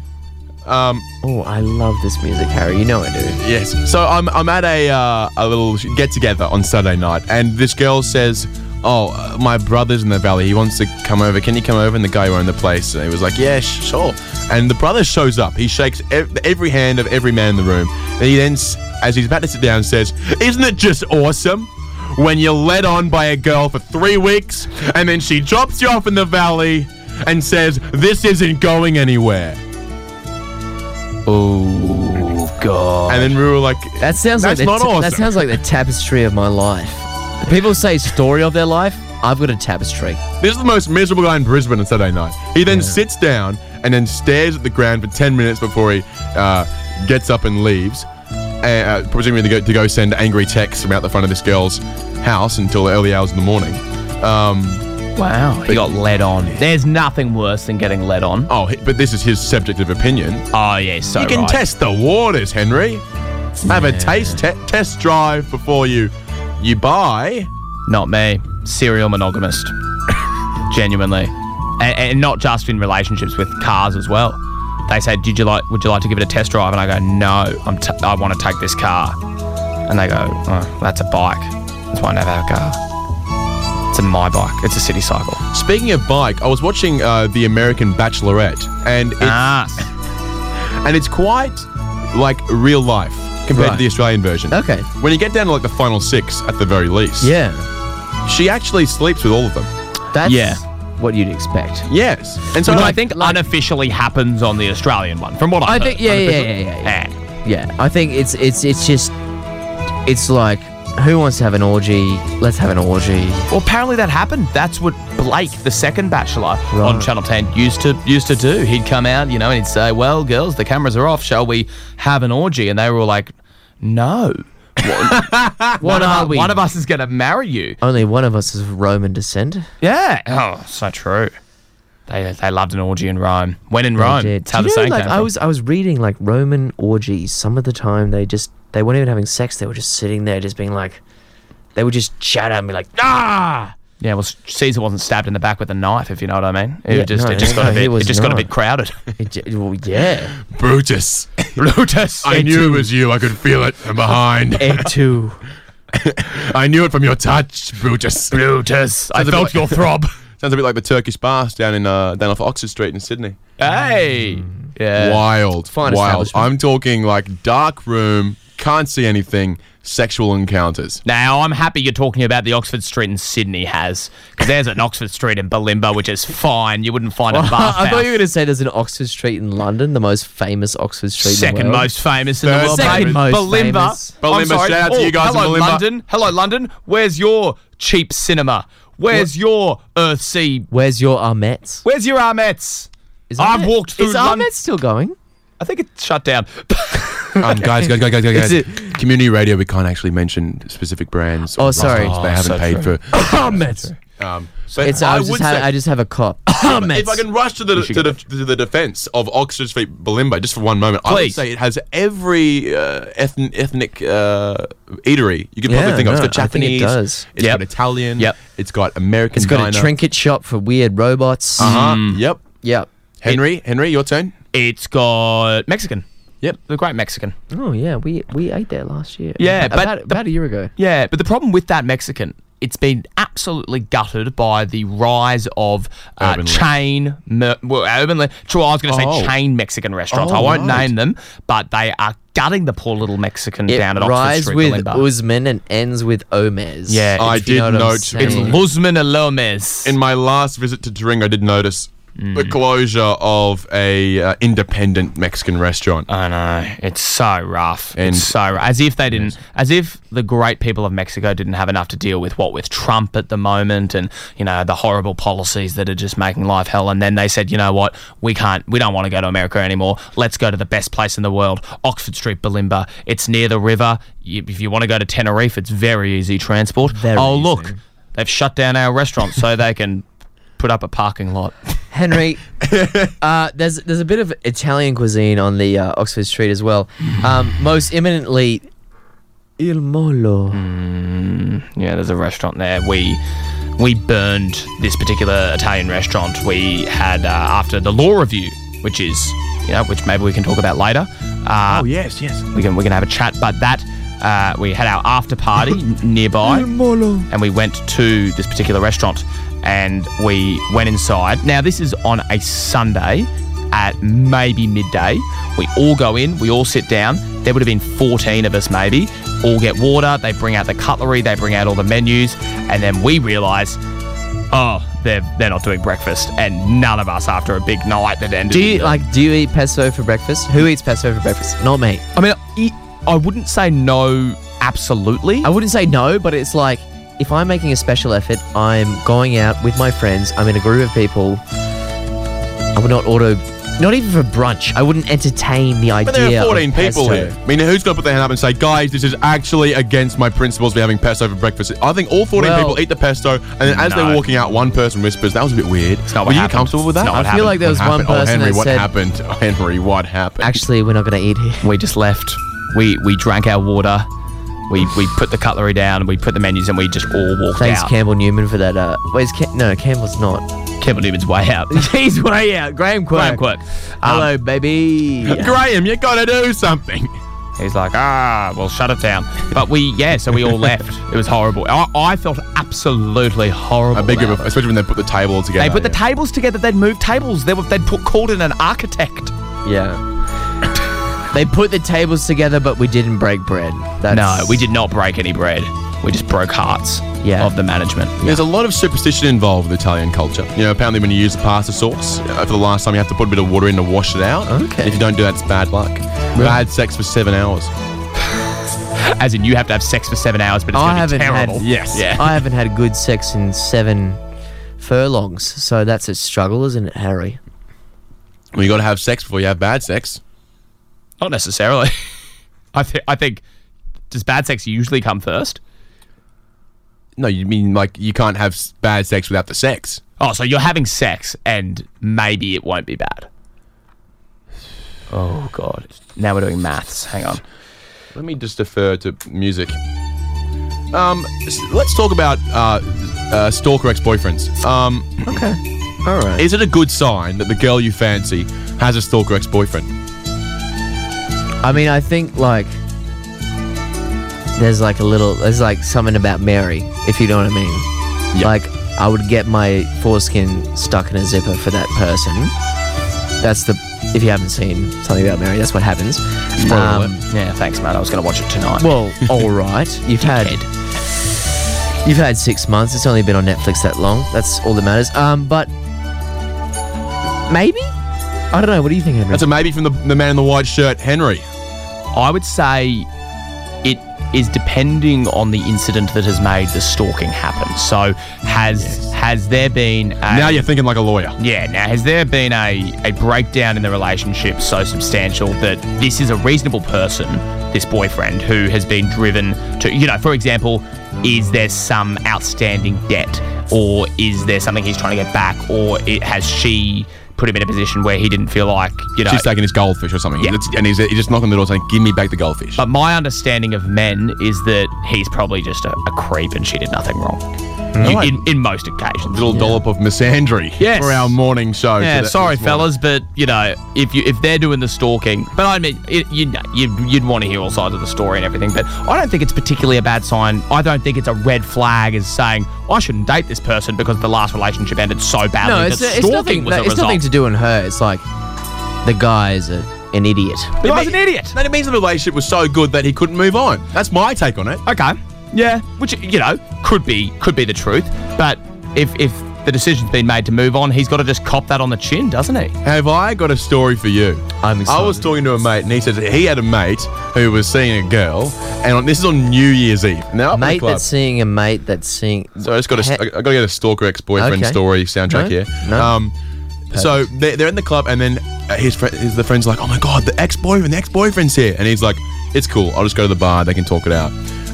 Um,
oh, I love this music, Harry. You know I do.
Yes. So I'm, I'm at a uh, a little get together on Saturday night, and this girl says, "Oh, uh, my brother's in the valley. He wants to come over. Can you come over?" And the guy who owned the place, and he was like, "Yeah, sh- sure." And the brother shows up. He shakes ev- every hand of every man in the room, and he then, s- as he's about to sit down, says, "Isn't it just awesome?" When you're led on by a girl for three weeks, and then she drops you off in the valley and says, This isn't going anywhere.
Oh God.
And then we were like,
That sounds
That's
like the
not awesome.
That sounds like the tapestry of my life. People say story of their life. I've got a tapestry.
This is the most miserable guy in Brisbane on Saturday night. He then sits down and then stares at the ground for 10 minutes before he uh, gets up and leaves, uh, presumably to go, to go send angry texts about the front of this girl's house until the early hours of the morning. Um,
wow. He got led on. There's nothing worse than getting led on.
oh, he- but this is his subjective opinion.
Oh yeah, so
you can
right.
test the waters, Henry. Have a taste te- test drive before you you buy.
Not me. Serial monogamist. Genuinely. And, and not just in relationships with cars as well. They say, "Did you like? Would you like to give it a test drive?" And I go, "No, I'm t- I want to take this car." And they go, oh, "That's a bike. That's why I never have a car. It's a my bike. It's a city cycle."
Speaking of bike, I was watching uh, the American Bachelorette, and it's
Ah,
and it's quite like real life compared to
Right.
the Australian version.
Okay.
When you get down to like the final six, at the very least,
Yeah.
she actually sleeps with all of them.
That's
Yeah.
what you'd expect.
Yes, and so
so I
like,
think unofficially happens on the Australian one, from what I,
I think yeah, yeah, yeah, yeah, yeah. Yeah, I think it's it's it's just it's like who wants to have an orgy? Let's have an orgy.
Well, apparently that happened. That's what Blake, the second Bachelor on
Right.
Channel 10, used to used to do. He'd come out, you know, and he'd say, "Well, girls, the cameras are off. Shall we have an orgy?" And they were all like, "No,
What
one,
are
of,
we?
one of us is going to marry you."
Only one of us is of Roman descent.
Yeah. Oh, so true. They they loved an orgy in Rome. When in Rome,
Did-
that's how
Do
the
you know,
saying
like,
came
I
from.
was I was reading like Roman orgies. Some of the time they just they weren't even having sex. They were just sitting there, just being like, they would just shout at me like, ah.
Yeah, well, Caesar wasn't stabbed in the back with a knife, if you know what I mean. It
Yeah,
just
no,
it just
no,
got a
he
bit
was
it just got a
not.
bit crowded.
It j- well, yeah.
Brutus.
Brutus.
I knew it was you. I could feel it from behind.
Egg two.
I knew it from your touch, Brutus.
Brutus. I
Sounds a bit
felt
like-
your throb.
Sounds a bit like the Turkish baths down in uh, down off Oxford Street in Sydney. Uh,
Hey. Yeah.
wild,
Fine
wild.
establishment.
I'm talking like dark room, can't see anything, sexual encounters.
Now, I'm happy you're talking about the Oxford Street in Sydney has, because there's an Oxford Street in Balimba, which is fine. You wouldn't find a bathhouse.
I thought you were gonna say there's an Oxford Street in London, the most famous Oxford Street.
Second
in the world.
most famous in
Third
the world.
Second
baby.
most
Balimba.
famous.
I'm
Balimba,
sorry.
shout out to
Oh,
you guys in
Hello,
Balimba.
London. Hello, London. Where's your cheap cinema? Where's your Earthsea?
Where's your Armets?
Where's your Armettes? I've walked through
Is
London.
Armets still going?
I think it's shut down.
Um, guys, guys, guys, guys, guys,
Is
guys. Community radio, we can't actually mention specific brands. or
Oh, sorry.
restaurants. They
Oh,
haven't
so
paid
true.
for.
Armets.
Um,
It's I,
I,
was
would
just have,
say,
I just have a cop.
if I can rush to the,
should
to the, to the defense of Oxford Street Balimba just for one moment, I would
Please.
say it has every uh, ethn- ethnic uh, eatery you could probably
Yeah,
think of. It's
no,
got
I think it
Japanese,
does.
it's
Yep.
got Italian,
Yep.
it's got American
It's got a
diner.
trinket shop for weird robots. Mm.
Uh-huh. Yep.
Yep.
Henry, Henry, your turn.
it's got Mexican. Yep, the Great Mexican.
Oh yeah, we we ate there last year.
Yeah,
about,
but
about,
the-
about a year ago.
Yeah, but the problem with that Mexican, it's been absolutely gutted by the rise of uh,
Urban le-
chain, mer- well, urban. Le- true, I was going to
Oh.
say chain Mexican restaurants.
Oh,
I won't
right.
name them, but they are gutting the poor little Mexican
It
down at Oxford
rise
Street.
with
remember?
Usman and ends with Omez.
Yeah,
if
I
you
did
what I'm
note-
it's
saying.
Luzman and Lomes.
In my last visit to Turinga, I did notice
Mm.
the closure of a uh, independent Mexican restaurant.
I know it's so rough.
And-
it's so rough. as if they didn't, as if the great people of Mexico didn't have enough to deal with what with Trump at the moment, and you know the horrible policies that are just making life hell. And then they said, you know what, we can't, we don't want to go to America anymore. Let's go to the best place in the world, Oxford Street, Balimba. It's near the river. You, if you want to go to Tenerife, it's very easy transport.
Very
oh
easy.
look, they've shut down our restaurant so they can put up a parking lot.
Henry, uh, there's there's a bit of Italian cuisine on the uh, Oxford Street as well. Um, most imminently, Il Molo.
Mm.
Yeah, there's a restaurant there. We we burned this particular Italian restaurant. We had uh, after the law review, which is you know, which maybe we can talk about later. Uh,
Oh, yes, yes.
we can we can have a chat. But that uh, we had our after party n- nearby, and we went to this particular restaurant, and we went inside. Now this is on a Sunday at maybe midday. We all go in, we all sit down. There would have been 14 of us maybe. All get water. They bring out the cutlery. They bring out all the menus, and then we realise. Oh, they're, they're not doing breakfast, and none of us after a big night that ended.
Do
in
you
the-
like? Do you eat pesto for breakfast? Who eats pesto for breakfast? Not me.
I mean, I- I wouldn't say no absolutely.
I wouldn't say no, but it's like if I'm making a special effort, I'm going out with my friends. I'm in a group of people. I would not order, not even for brunch. I wouldn't entertain the idea.
But there are
of
14 people
pesto.
here. I mean, who's going to put their hand up and say, guys, this is actually against my principles for having pesto for breakfast? I think all 14
Well-
people eat the pesto, and then as
No.
they're walking out, one person whispers, that was a bit weird.
not what
Were you
happened.
comfortable with
It's
that?
not what
I feel like there was
What
one
happened?
person
oh, Henry,
that
what
said,
happened? Oh, Henry, what happened?
"Actually, we're not going to eat here."
We just left. We we drank our water. We we put the cutlery down. We put the menus, and we just all walked
Thanks,
out.
Campbell Newman, for that. Uh, wait, is Cam- no, Campbell's not.
Campbell Newman's way out.
He's way out. Graham Quirk.
Graham Quirk. Um,
Hello, baby.
Graham, you got to do something.
Um, He's like, ah, well, shut it down. But we, yeah, so we all left. It was horrible. I, I felt absolutely horrible.
A big
about
of a,
it.
especially when they put the table together.
They put the tables together. They'd moved tables. They were, they'd put, called in an architect.
yeah. they put the tables together, but we didn't break bread. That's,
No, we did not break any bread. We just broke hearts
Yeah.
of the management.
There's a lot of superstition involved with Italian culture. You know, apparently when you use the pasta sauce uh, for the last time, you have to put a bit of water in to wash it out.
Okay.
If you don't do that, it's bad luck. I had sex for seven hours.
As in, you have to have sex for seven hours, but it's
I
going to
haven't
be terrible.
had.
Yes.
Yeah.
I haven't had good sex in seven furlongs, so that's a struggle, isn't it, Harry?
Well, you got to have sex before you have bad sex.
Not necessarily. I think. I think. Does bad sex usually come first?
No, you mean like you can't have s- bad sex without the sex.
Oh, so you're having sex, and maybe it won't be bad. Oh God! Now we're doing maths. Hang on.
Let me just defer to music. Um, s- let's talk about uh, uh, stalker ex-boyfriends. Um,
Okay. All right.
is it a good sign that the girl you fancy has a stalker ex-boyfriend?
I mean, I think like there's like a little there's like something about Mary, if you know what I mean.
Yeah.
Like I would get my foreskin stuck in a zipper for that person. That's the if you haven't seen something about Mary, that's what happens.
Spoiler
Um,
alert. Yeah, thanks, mate. I was going to watch it tonight.
well, all right. You've had you've had six months. It's only been on Netflix that long. That's all that matters. Um, but maybe I don't know. What do you think, Henry?
That's a maybe from the, the man in the white shirt, Henry.
I would say it is depending on the incident that has made the stalking happen. So has has there been a,
Now you're thinking like a lawyer.
Yeah, now has there been a, a breakdown in the relationship so substantial that this is a reasonable person, this boyfriend, who has been driven to, you know, for example, is there some outstanding debt or is there something he's trying to get back or it, has she put him in a position where he didn't feel like, you know.
She's taking his goldfish or something.
Yeah.
It's- and he's, he's just knocking the door saying, give me back the goldfish.
But my understanding of men is that he's probably just a, a creep and she did nothing wrong. You-
Right.
in, in most occasions.
Little dollop of misandry
Yes.
for our morning show.
Yeah,
today-
sorry,
this morning.
fellas, but you know, if you if they're doing the stalking, but I mean, it, you'd, you'd you'd want to hear all sides of the story and everything. But I don't think it's particularly a bad sign. I don't think it's a red flag as saying I shouldn't date this person because the last relationship ended so badly.
No,
that
it's, it's nothing.
stalking was a
It's
result.
nothing to do on her. It's like the guy's a, an idiot.
But
It
I was an
mean-
idiot.
Then it means the relationship was so good that he couldn't move on. That's my take on it.
Okay. Yeah, which you know could be could be the truth, but if if the decision's been made to move on, he's got to just cop that on the chin, doesn't he?
Have I got a story for you?
I'm
I was
excited.
talking to a mate, and he said that he had a mate who was seeing a girl, and on, this is on New Year's Eve. Now,
mate that's seeing a mate that's seeing.
So I just got to, I got to get a stalker ex boyfriend
Okay.
story soundtrack
No,
here.
no.
Um, so they're, they're in the club, and then uh, his friend, his, the friend's like, "Oh my god, the ex boyfriend, the ex boyfriend's here," and he's like, "It's cool. I'll just go to the bar. They can talk it out."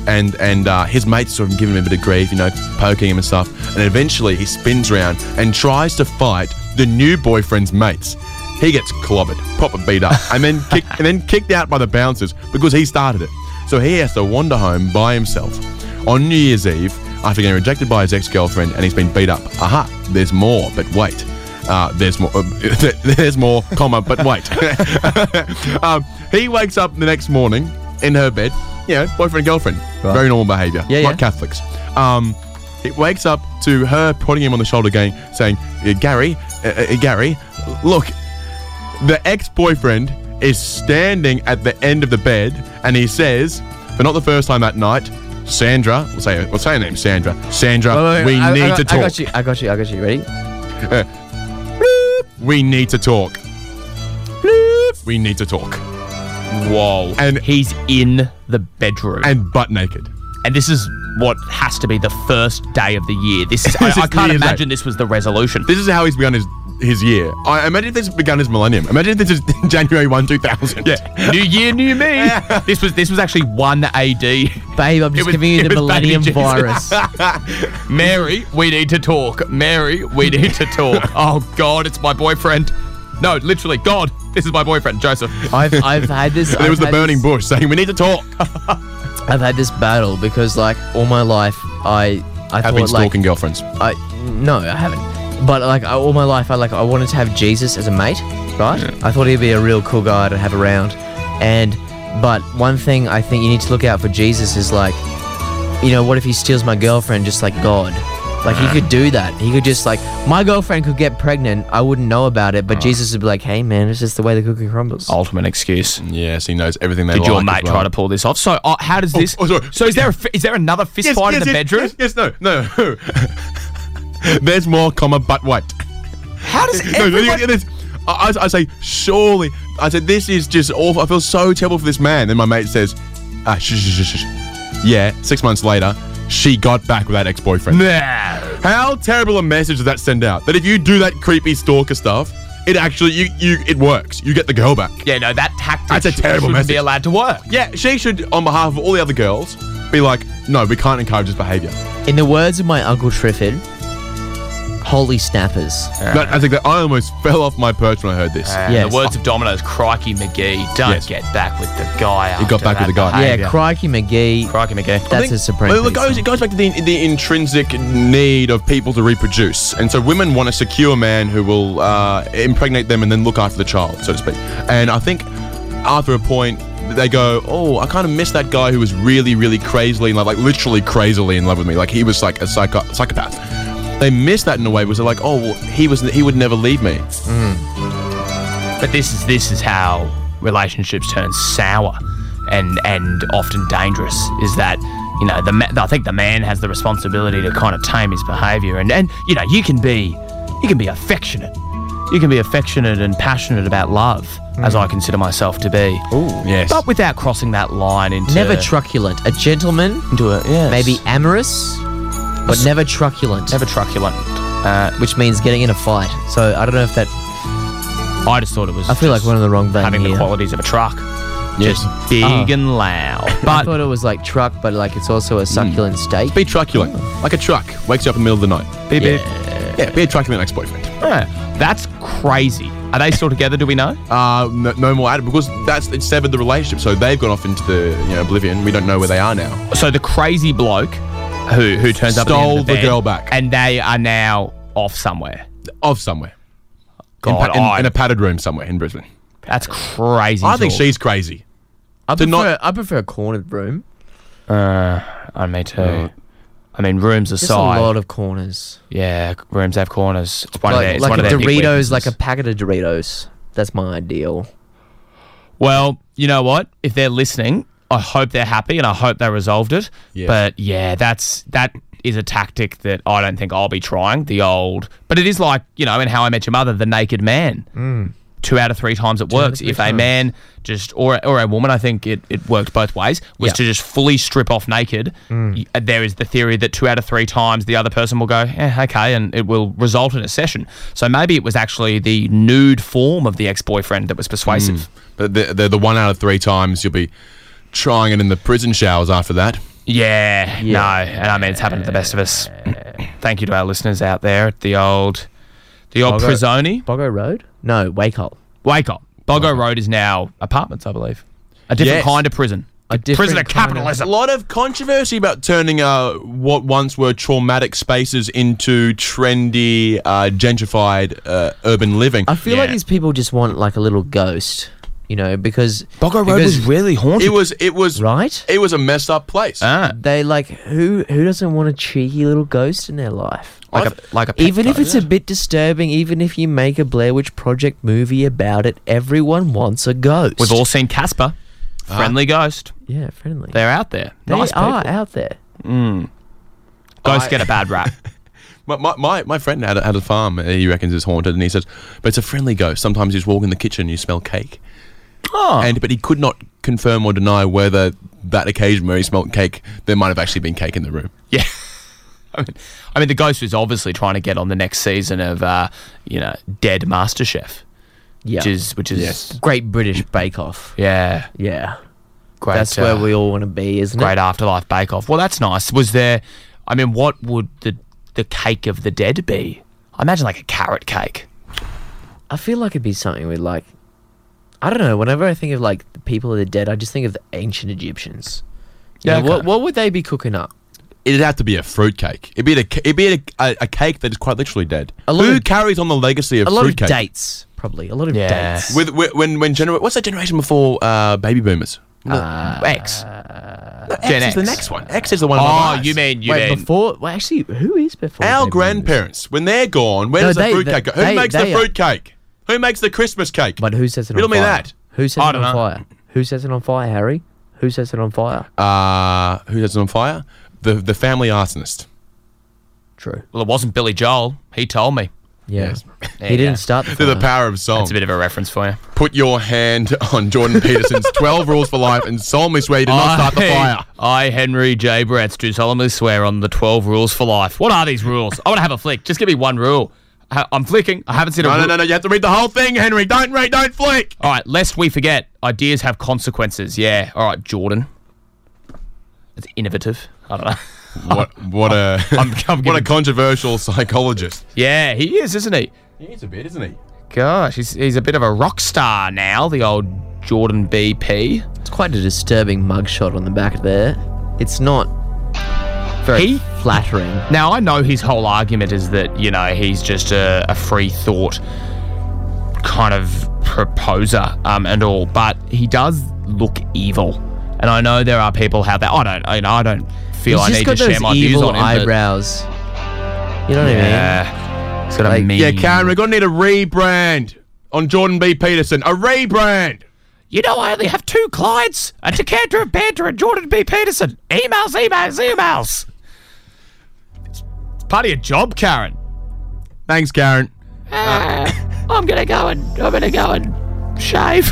And and uh, his mates sort of giving him a bit of grief, you know, poking him and stuff. And eventually he spins round and tries to fight the new boyfriend's mates. He gets clobbered, proper beat up, and then kicked, and then kicked out by the bouncers because he started it. So he has to wander home by himself on New Year's Eve after getting rejected by his ex-girlfriend and he's been beat up. Aha, there's more, but wait. Uh, there's more, there's more, comma, but wait. um, he wakes up the next morning in her bed. You know, boyfriend, girlfriend. Very normal behaviour.
Yeah,
like
yeah.
Catholics. Um, he wakes up to her putting him on the shoulder, going, saying, "Uh, "Gary, uh, uh, Gary, look, the ex-boyfriend is standing at the end of the bed and he says, for not the first time that night, Sandra, we'll say, we'll say her name, Sandra. Sandra,
Wait, wait,
we
I- I
need
got-
to
I
talk.
got you. I got you. I got you. Ready?
We need to talk. We need to talk.
Whoa.
And-
And he's in the bedroom. And,
And butt naked.
this is what has to be the first day of the year. This is, I,
This
I
is New
can't
Year's Day.
imagine this was the resolution.
This is how he's begun his his year. I imagine if this begun his millennium. Imagine if this is January 1, 2000.
Yeah. new year, new me. this was this was actually one AD.
Babe, I'm just
was-
giving you the
it was Baby
Millennium
Jesus.
virus.
Mary, we need to talk. Mary, we need to talk. oh God, it's my boyfriend. No, literally, God, this is my boyfriend, Joseph.
I've I've had this.
There
I've
was the
had this-
burning bush saying, we need to talk.
I've had this battle because like all my life I I
I've
thought
been
like
stalking girlfriends.
I no, I haven't. But like I, all my life, I like I wanted to have Jesus as a mate, right? I thought he'd be a real cool guy to have around. And but one thing I think you need to look out for Jesus is like, you know, what if he steals my girlfriend just like God? Like he could do that. He could just like my girlfriend could get pregnant. I wouldn't know about it, but Jesus would be like, "Hey man, it's just the way the cookie crumbles."
Ultimate excuse.
Yes, he knows everything they
Did
like
your
as
mate
well.
try to pull this off? So, uh, how does this?
oh, sorry.
So, is there a fi- is there another fist fight in the bedroom?
Yes, yes, no, no. There's more, comma, but wait.
How does
No, no,
everyone?
you- you- this- I, I, I say, surely. I said, this is just awful. I feel so terrible for this man. Then my mate says, ah, shh, shh, shh, shh. Yeah, six months later, she got back with that ex boyfriend.
No.
How terrible a message does that send out? That if you do that creepy stalker stuff, it actually, you, you it works. You get the girl back.
Yeah, no, that tactic
That's a terrible
shouldn't
message.
be allowed to work.
Yeah, she should, on behalf of all the other girls, be like, no, we can't encourage this behavior.
In the words of my uncle Triffid, "Holy snappers."
That, I think that I almost fell off my perch when I heard this.
And
Yes.
The words of Domino's, Crikey McGee, don't
Yes.
get back with the guy.
He got
after
back with
that
the guy.
Yeah,
behaviour.
Crikey McGee.
Crikey McGee.
That's
think-
a supreme.
Well, it
police
goes, it goes back to the, the intrinsic need of people to reproduce. And so women want a secure man who will uh, impregnate them and then look after the child, so to speak. And I think after a point, they go, oh, I kind of miss that guy who was really, really crazily in love, like literally crazily in love with me. Like he was like a psycho- psychopath. They miss that in a way because they're like, oh, well, he was he would never leave me.
But this is this is how relationships turn sour, and and often dangerous. Is that you know the ma- I think the man has the responsibility to kind of tame his behaviour, and and you know you can be you can be affectionate, you can be affectionate and passionate about love, as I consider myself to be.
Yes.
But without crossing that line into
Never truculent. A gentleman,
into a yes.
maybe amorous, but never truculent,
never truculent. Uh,
which means getting in a fight. So I don't know if that.
I just thought it was.
I feel like
just
we're on the wrong vein
having the
here.
qualities of a truck.
Yes.
Just big
Uh-huh.
Oh.
and loud.
I
But Mm.
thought it was like truck, but like it's also a succulent steak.
Be truculent, like a truck. Wakes you up in the middle of the night.
Beep, beep.
Yeah, be attracted to an ex-boyfriend.
Yeah, that's crazy. Are they still together? Do we know?
Uh, no, no more Adam because that's it severed the relationship. So they've gone off into the you know oblivion. We don't know where they are now.
So the crazy bloke who who turns up at the end
Stole
of
the
van,
girl back.
and they are now off somewhere.
Off somewhere.
God,
in, pa-
I-
in, in a padded room somewhere in Brisbane.
That's crazy.
I think
talk.
she's crazy.
I
To
prefer,
not-
I prefer a cornered room.
Uh, I me too. Oh. I mean, rooms
There's a
aside,
lot of corners.
yeah, rooms have corners. It's one of their,
Like,
it's
like
one
a
of their big
Doritos, like a
weaknesses.
packet of Doritos. That's my ideal.
Well, you know what? If they're listening, I hope they're happy and I hope they resolved it.
Yeah.
But yeah, that's that is a tactic that I don't think I'll be trying. The old, but it is like you know, in How I Met Your Mother, the naked man. Two out of three times it works.
three
If a
times.
man just or or a woman, I think it, it worked both ways. Was
Yeah.
to just fully strip off naked. y- uh, There is the theory that two out of three times the other person will go, eh, okay, and it will result in a session. So maybe it was actually the nude form of the ex boyfriend that was persuasive.
But they're, they're the one out of three times you'll be trying it in the prison showers after that.
Yeah, no, and I mean it's happened to the best of us. Thank you to our listeners out there at the old, the old
Bogo-
Prisoni.
Bogo Road? No, Wake Up.
Wake up, Bogo Road is now apartments, I believe. A different
Yes.
kind of prison.
A different
prison
kind
of
of-
A
capitalism.
lot of controversy about turning uh, what once were traumatic spaces into trendy, uh, gentrified uh, urban living.
I feel like
Yeah.
these people just want like a little ghost, you know, because
Bogo Road
because-
was really haunted.
It was it was
right.
It was a messed up place.
Ah,
They like who who doesn't want a cheeky little ghost in their life?
like
I've-
a like a pet
Even if
goat.
it's a bit disturbing, even if you make a Blair Witch Project movie about it, everyone wants a ghost.
we've all seen Casper, friendly ghost.
yeah, friendly.
They're out there.
They
nice
are
people.
out there.
Ghosts
I-
get a bad rap.
My, my, my, my friend had a, had a farm uh, he reckons is haunted, and he says, but it's a friendly ghost. Sometimes you just walk in the kitchen and you smell cake.
oh,
And But he could not confirm or deny whether that occasion where he smelled cake, there might have actually been cake in the room.
Yeah. I mean, I mean, the ghost was obviously trying to get on the next season of, uh, you know, Dead MasterChef,
Yeah.
which is, which is,
Yes.
Great British Bake Off.
yeah,
Yeah.
great.
That's
uh,
where we all want to be, isn't
great
it?
afterlife Bake Off. Well, that's nice. Was there? I mean, what would the the cake of the dead be? I imagine like a carrot cake.
I feel like it'd be something with like, I don't know. Whenever I think of like the people of the dead, I just think of the ancient Egyptians. You
Yeah,
know, what
okay.
what would they be cooking up?
It'd have to be a fruit cake. It'd be a, ca- it'd be a, a, a cake that is quite literally dead.
A lot
Who
of-
carries on the legacy of
A lot
fruit
of
cake?
dates, probably. A lot of
Yeah.
dates.
With, with, when, when genera- what's that generation before uh, baby boomers?
Uh, X.
uh, X, is the next one. X is the one.
Oh,
above us.
you mean you
Wait,
mean
before? Well, actually, who is before?
Our
Baby Boomers?
grandparents, when they're gone, where
No,
does the
they-
fruit
they-
cake go? Who
they-
makes
they
the
are-
fruit cake? Who makes the Christmas cake?
But who sets it
Riddle me
on fire?
that.
Who sets
I
it on
dunno.
fire? Who sets it on fire, Harry? Who sets it on fire?
Uh, who has it on fire? The the family arsonist.
True.
Well, it wasn't Billy Joel. He told me.
Yeah.
Yes.
There
He
you go.
didn't start the
Through
fire.
the power of song.
That's a bit of a reference for you.
Put your hand on Jordan Peterson's 12 Rules for Life and solemnly swear you did not start the fire.
I, Henry J. Bratz, do solemnly swear on the 12 rules for life. What are these rules? I want to have a flick. Just give me one rule. Ha- I'm flicking. I haven't seen a
No, no,
rule.
no, no. You have to read the whole thing, Henry. Don't read, don't flick.
All right, lest we forget, ideas have consequences. Yeah. All right, Jordan. It's innovative. I don't know.
What, what a
I'm- I'm
what a
giving-
controversial psychologist.
Yeah, he is, isn't he?
He is a bit, isn't he?
Gosh, he's, he's a bit of a rock star now, the old Jordan BP.
It's quite a disturbing mugshot on the back there. It's not very
He-
flattering.
Now, I know his whole argument is that, you know, he's just a, a free thought kind of proposer um, and all, but he does look evil. And I know there are people out there. I don't, you know, I don't feel
He's
I
just
need
got
to share
those
my views
evil
on him. but-
eyebrows. You know what I mean?
Yeah. It's got a
Like-
mean.
Yeah, Karen, we're going to need a rebrand on Jordan B. Peterson. A rebrand.
You know, I only have two clients a decanter of banter and Jordan B. Peterson. Emails, emails, emails. It's part of your job, Karen. Ah,
Thanks, Karen.
I'm going to go and, I'm going to go and shave.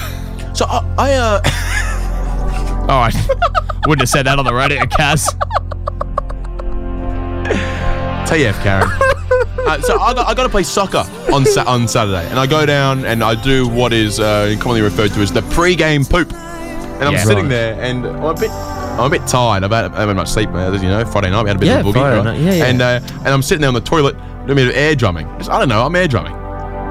So I, I uh,
All right. Wouldn't have said that on the radio, Kaz.
TF Karen. uh, so I got, I got to play soccer on sa- on Saturday, and I go down and I do what is uh, commonly referred to as the pre-game poop. And I'm
Yeah.
sitting
Right.
there, and I'm a bit I'm a bit tired. I've had, I haven't had much sleep, uh, you know. Friday night we had a bit
Yeah,
of a boogie,
Friday
right?
night. Yeah, yeah.
And uh, and I'm sitting there on the toilet, do a bit of air drumming. Just, I don't know. I'm air drumming.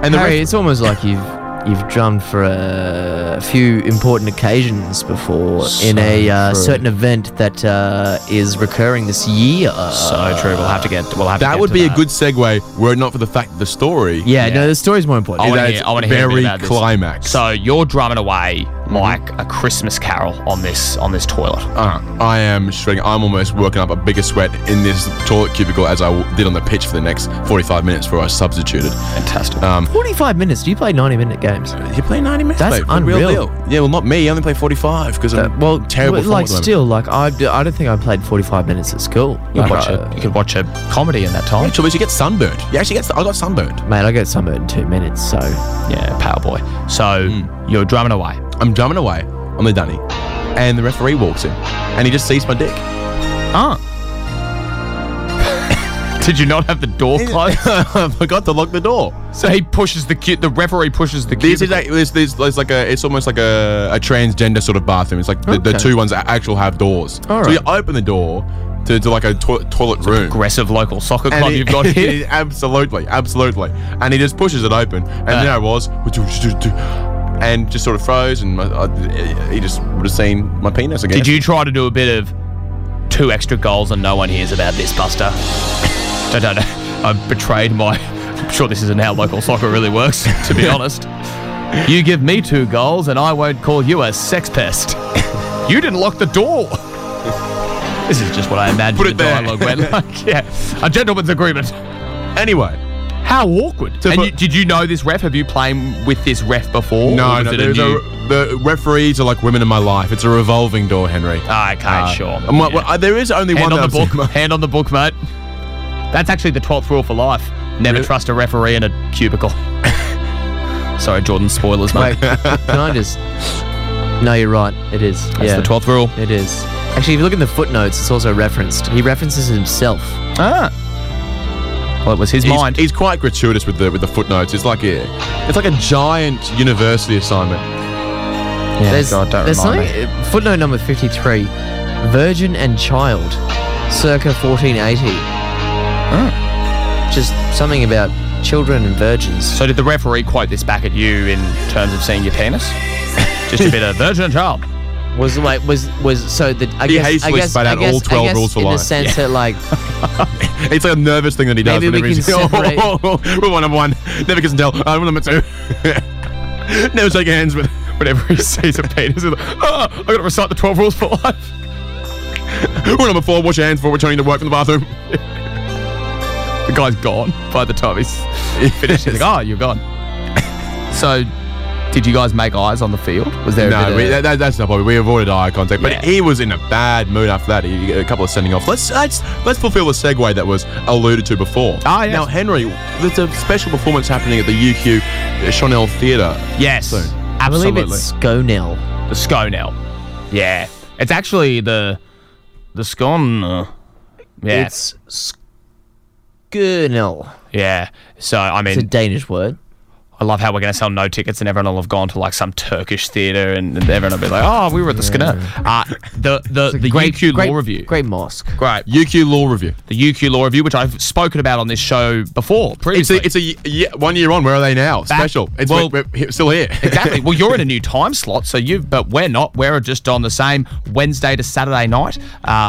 And the
Harry,
ref-
it's almost like you've you've drummed for a few important occasions before in a uh,
true.
certain event that uh, is recurring this year.
So true. We'll have to get. We'll have. to
that
get
would
to
be
that.
a good segue were it not for the fact that the story.
yeah,
Yeah.
no, the story's more
I
important.
want to
that's
hear. I want to hear a bit
very
about this.
climax.
So you're drumming away, Mike, a Christmas carol on this on this toilet.
Uh, I am shredding. I'm almost working up a bigger sweat in this toilet cubicle as I w- did on the pitch for the next 45 minutes before I substituted.
Fantastic.
Um,
45 minutes. Do you play 90 minute games?
Uh,
you play 90 minutes.
That's
mate, for the real
unreal.
deal. Yeah, well, not me. I only play 45 because
Uh,
I'm
well,
terrible.
but,
form
Like,
at the moment.
still, like, I, I don't think I played 45 minutes at school.
you,
Like,
could
uh,
watch
I-
a, you could watch a comedy in that time.
Actually, you get sunburned. You actually get. I got sunburned.
Mate, I get somewhere in two minutes, so.
Yeah, power boy. So you're drumming away.
I'm drumming away on the dunny, and the referee walks in, and he just sees my dick.
Ah. Did you not have the door closed?
I forgot to lock the door.
so he pushes the cu- the referee pushes the
This is
cubicle.
like this, this, this like a it's almost like a, a transgender sort of bathroom. It's like the, the
Okay.
two ones that actual have doors.
All
So you
right.
open the door to, to like a to- toilet room.
aggressive local soccer
And
club
he-
you've got here.
he- absolutely, absolutely. And he just pushes it open, and
Uh.
there I was, and just sort of froze, and my, I, he just would have seen my penis again.
Did you try to do a bit of two extra goals and no one hears about this, Buster? I don't know. I've betrayed my. I'm sure this isn't how local soccer really works, to be honest. You give me two goals and I won't call you a sex pest. You didn't lock the door. This is just what I imagine
Put
the
it there.
dialogue went like. Yeah, a gentleman's agreement.
Anyway,
How awkward.
To
and
put-
you, did you know this ref? Have you played with this ref before?
no,
Or was
no,
it a
the,
new-
the, the referees are like women in my life. It's a revolving door, Henry.
Ah, okay,
Uh,
sure.
and what-
Yeah.
what- there is only
Hand
one
on the
that I've seen-
book. Hand on the book, mate. That's actually the twelfth rule for life. Never
Really?
trust a referee in a cubicle. Sorry, Jordan. Spoilers, mate.
Wait, can I just. No, you're right. It is.
That's
yeah.
the twelfth rule.
It is. Actually, if you look in the footnotes, it's also referenced. He references himself.
Ah. Well, it was his
He's,
mind.
he's quite gratuitous with the with the footnotes. It's like a, it's like a giant university assignment.
yeah,
there's
God, don't
there's
remind
something. uh, Footnote number 53 Virgin and Child, circa 1480.
Ah.
Just something about children and virgins.
So, did the referee quote this back at you in terms of seeing your penis? Just a bit of virgin and child.
Was like was was so that I
He
guess I
hastily
guess,
spat
I
out
guess-
all
I
12
guess
rules for
in
life.
the sense that like
It's like a nervous thing that he does.
Maybe we
whenever
can
he's-
separate-
Oh, oh, oh, rule number one, never kiss and tell. Uh, rule number two, never shake hands with whenever he sees a penis. He's like, oh, I got to recite the twelve rules for life. rule number four, wash your hands before returning to work from the bathroom.
The guy's gone by the time he's finished. He's like, oh, you're gone. so, did you guys make eyes on the field? Was there a bit
No,
of-
we, that, that- that's not probably. We avoided eye contact, but
Yeah.
he was in a bad mood after that. He got a couple of sending off. Let's let's let's fulfil the segue that was alluded to before.
Ah, yes.
Now, Henry, there's a special performance happening at the UQ Chanel Theatre.
Yes.
So,
I
absolutely.
believe it's Sconell.
the Sconel. Yeah. It's actually the the scone. uh, Yeah.
It's Skonel.
yeah. So I
It's a
mean,
Danish word.
I love how we're gonna sell no tickets, and everyone will have gone to like some Turkish theater, and everyone will be like, "Oh, we were at the Skinner." Uh, the the the UQ
great,
Law Review. Oh,
Great mosque.
Great.
UQ Law Review.
The UQ Law Review, which I've spoken about on this show before
It's
previously.
a, it's a y- yeah, one year on. Where are they now? special. It's
well-
we're, we're he- still here.
exactly. Well, you're in a new time slot, so you. But we're not. We're just on the same Wednesday to Saturday night. Uh,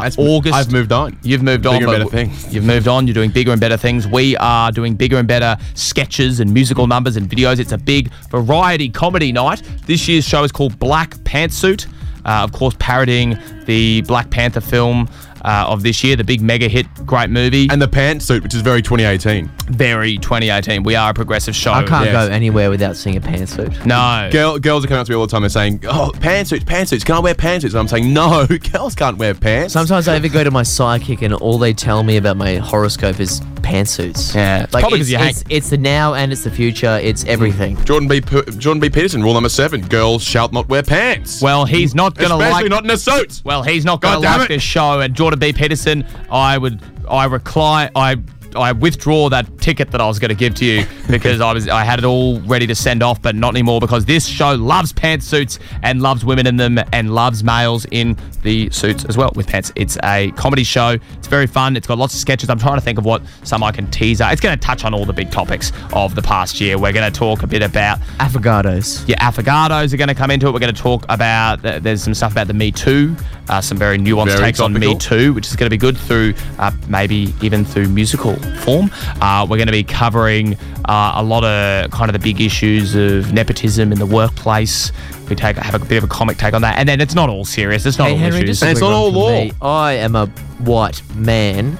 That's-
August.
I've moved on.
You've moved on.
Bigger and
but
better things.
You've moved on. You're doing bigger and better things. We are doing bigger and better sketches and musical numbers and videos. It's a big variety comedy night. This year's show is called Black Pantsuit. Uh, of course, parodying the Black Panther film uh, of this year, the big mega hit, great movie.
and the pantsuit, which is very 2018.
very 2018. We are a progressive show.
I can't
yes.
go anywhere without seeing a pantsuit.
No.
Girl, girls are coming up to me all the time and saying, "Oh, pantsuits, pantsuits. Can I wear pantsuits?" And I'm saying, "No, girls can't wear pants."
Sometimes I even go to my psychic and all they tell me about my horoscope is pantsuits.
Yeah, it's
like
probably 'cause
it's,
you hang-
it's, it's the now and it's the future. It's everything.
Jordan B. P- Jordan B. Peterson, rule number seven: girls shall not wear pants.
Well, he's not going to
especially
like.
not in a suit.
Well, he's not
God
going to
damn
like
it.
this show. And Jordan B. Peterson, I would, I recline, I, I withdraw that ticket that I was going to give to you because I was I had it all ready to send off, but not anymore because this show loves pantsuits and loves women in them and loves males in the suits as well with pants. It's a comedy show. It's very fun. It's got lots of sketches. I'm trying to think of what some I can tease. out. It's going to touch on all the big topics of the past year. We're going to talk a bit about
Avocados.
your affogatos are going to come into it. We're going to talk about th- there's some stuff about the Me Too, uh, some very nuanced
Very
takes on Me
topical.
Too, which is going to be good through uh, maybe even through musical form. Uh, we're going to be covering uh, a lot of kind of the big issues of nepotism in the workplace. We take have a bit of a comic take on that, and then it's not all serious. It's not all issues.
a
And it's
quick
not
one
all
from
law.
me. I am a white man.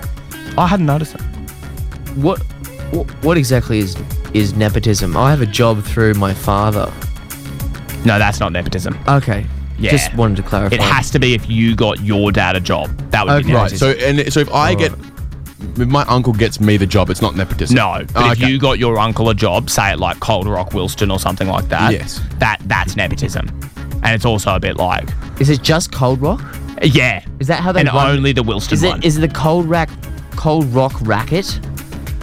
I hadn't noticed that.
What, what, what exactly is is nepotism? I have a job through my father.
No, that's not nepotism.
Okay.
Yeah.
Just wanted to clarify.
It has to be if you got your dad a job. That would be
Okay.
Right.
nepotism.
So and so if I get if my uncle gets me the job, it's not nepotism.
No, but
Oh,
if you got your uncle a job, say it like Cold Rock Wilston or something like that,
Yes.
that that's nepotism, and it's also a bit like,
Is it just Cold Rock?
yeah,
Is that how they
and
run-
only the Wilston
Is
one,
it is it the Cold Rack, Cold Rock racket?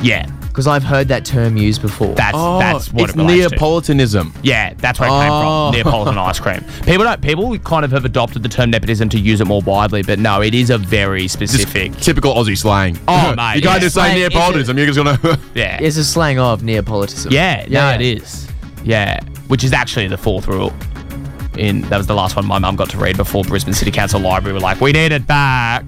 yeah,
Because I've heard that term used before.
that's
Oh,
that's what
it's
it relates to.
Neapolitanism.
Yeah, that's where it came
Oh.
from. Neapolitan ice cream. People don't. People kind of have adopted the term nepotism to use it more widely, but no, it is a very
Just
specific.
typical Aussie slang.
Oh, mate,
you can't
yeah.
just say
Slang, is it-
Neapolitanism. You're just gonna.
yeah,
It's a slang of Neapolitanism.
Yeah, no, it is. Yeah, which is actually the fourth rule. In that was the last one my mum got to read before Brisbane City Council Library were like, we need it back.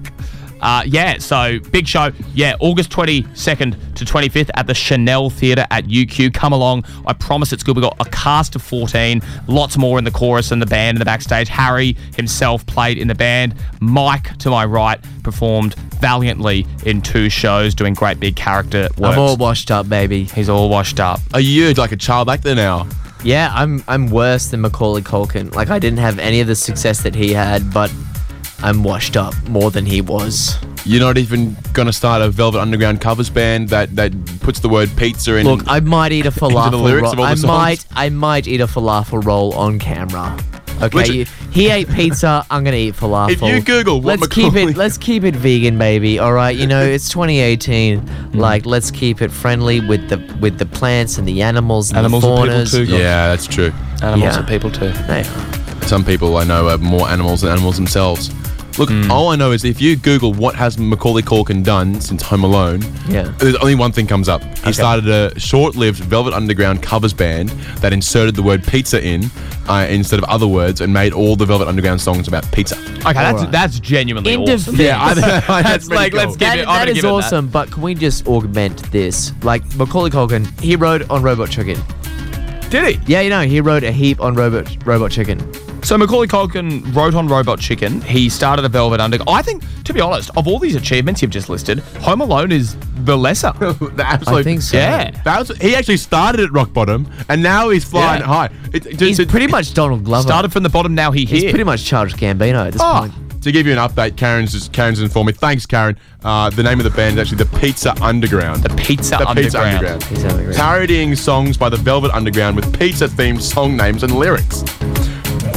Uh, yeah, so big show. Yeah, August 22nd to 25th at the Chanel Theatre at UQ. Come along. I promise it's good. We've got a cast of 14, lots more in the chorus and the band in the backstage. Harry himself played in the band. Mike, to my right, performed valiantly in two shows, doing great big character work.
I'm all washed up, baby.
He's all washed up.
Are you like a child actor now?
Yeah, I'm I'm worse than Macaulay Culkin. Like I didn't have any of the success that he had, but I'm washed up more than he was.
You're not even gonna start a Velvet Underground covers band that that puts the word pizza in.
Look, I might eat a falafel
lyrics
roll.
of all the
I
songs?
might I might eat a falafel roll on camera. Okay,
Which-
you- he ate pizza. I'm gonna eat falafel.
If you Google what
let's keep
Macaulay-
it let's keep it vegan, baby. All right, you know it's 2018.
Hmm.
Like let's keep it friendly with the with the plants and the animals and
Animals
the
and people
faunas.
too.
yeah, that's true.
Animals
Yeah.
are people too.
Hey,
Some people I know are more animals than animals themselves. Look,
Hmm.
all I know is if you Google what has Macaulay Culkin done since Home Alone,
Yeah.
there's only one thing comes up. He started a short-lived Velvet Underground covers band that inserted the word pizza in uh, instead of other words and made all the Velvet Underground songs about pizza.
Okay, that's
right.
that's genuinely
In
awesome.
defense- Yeah, I-
that's
that's
pretty
like
cool.
let's give
That-
it. I'm
that
gonna
is
give it that.
awesome, but can we just augment this? Like Macaulay Culkin, he rode on Robot Chicken.
Did he?
Yeah, you know, he rode a heap on Robot Robot Chicken.
So Macaulay Culkin wrote on Robot Chicken. He started a Velvet Underground. I think, to be honest, of all these achievements you've just listed, Home Alone is the lesser.
the absolute,
I think so.
Yeah.
That was, he actually started at rock bottom, and now he's flying
Yeah.
high. It- to,
He's
to-
pretty much Donald Glover.
Started from the bottom, now he
He's
here.
pretty much Charles Gambino at this
Oh.
point.
Ah! to give you an update. Karen's just, Karen's informed me. Thanks, Karen. Uh, the name of the band is actually the Pizza Underground.
the pizza
The
underground.
Pizza Underground.
He's having a great-
Parodying songs by the Velvet Underground with pizza-themed song names and lyrics.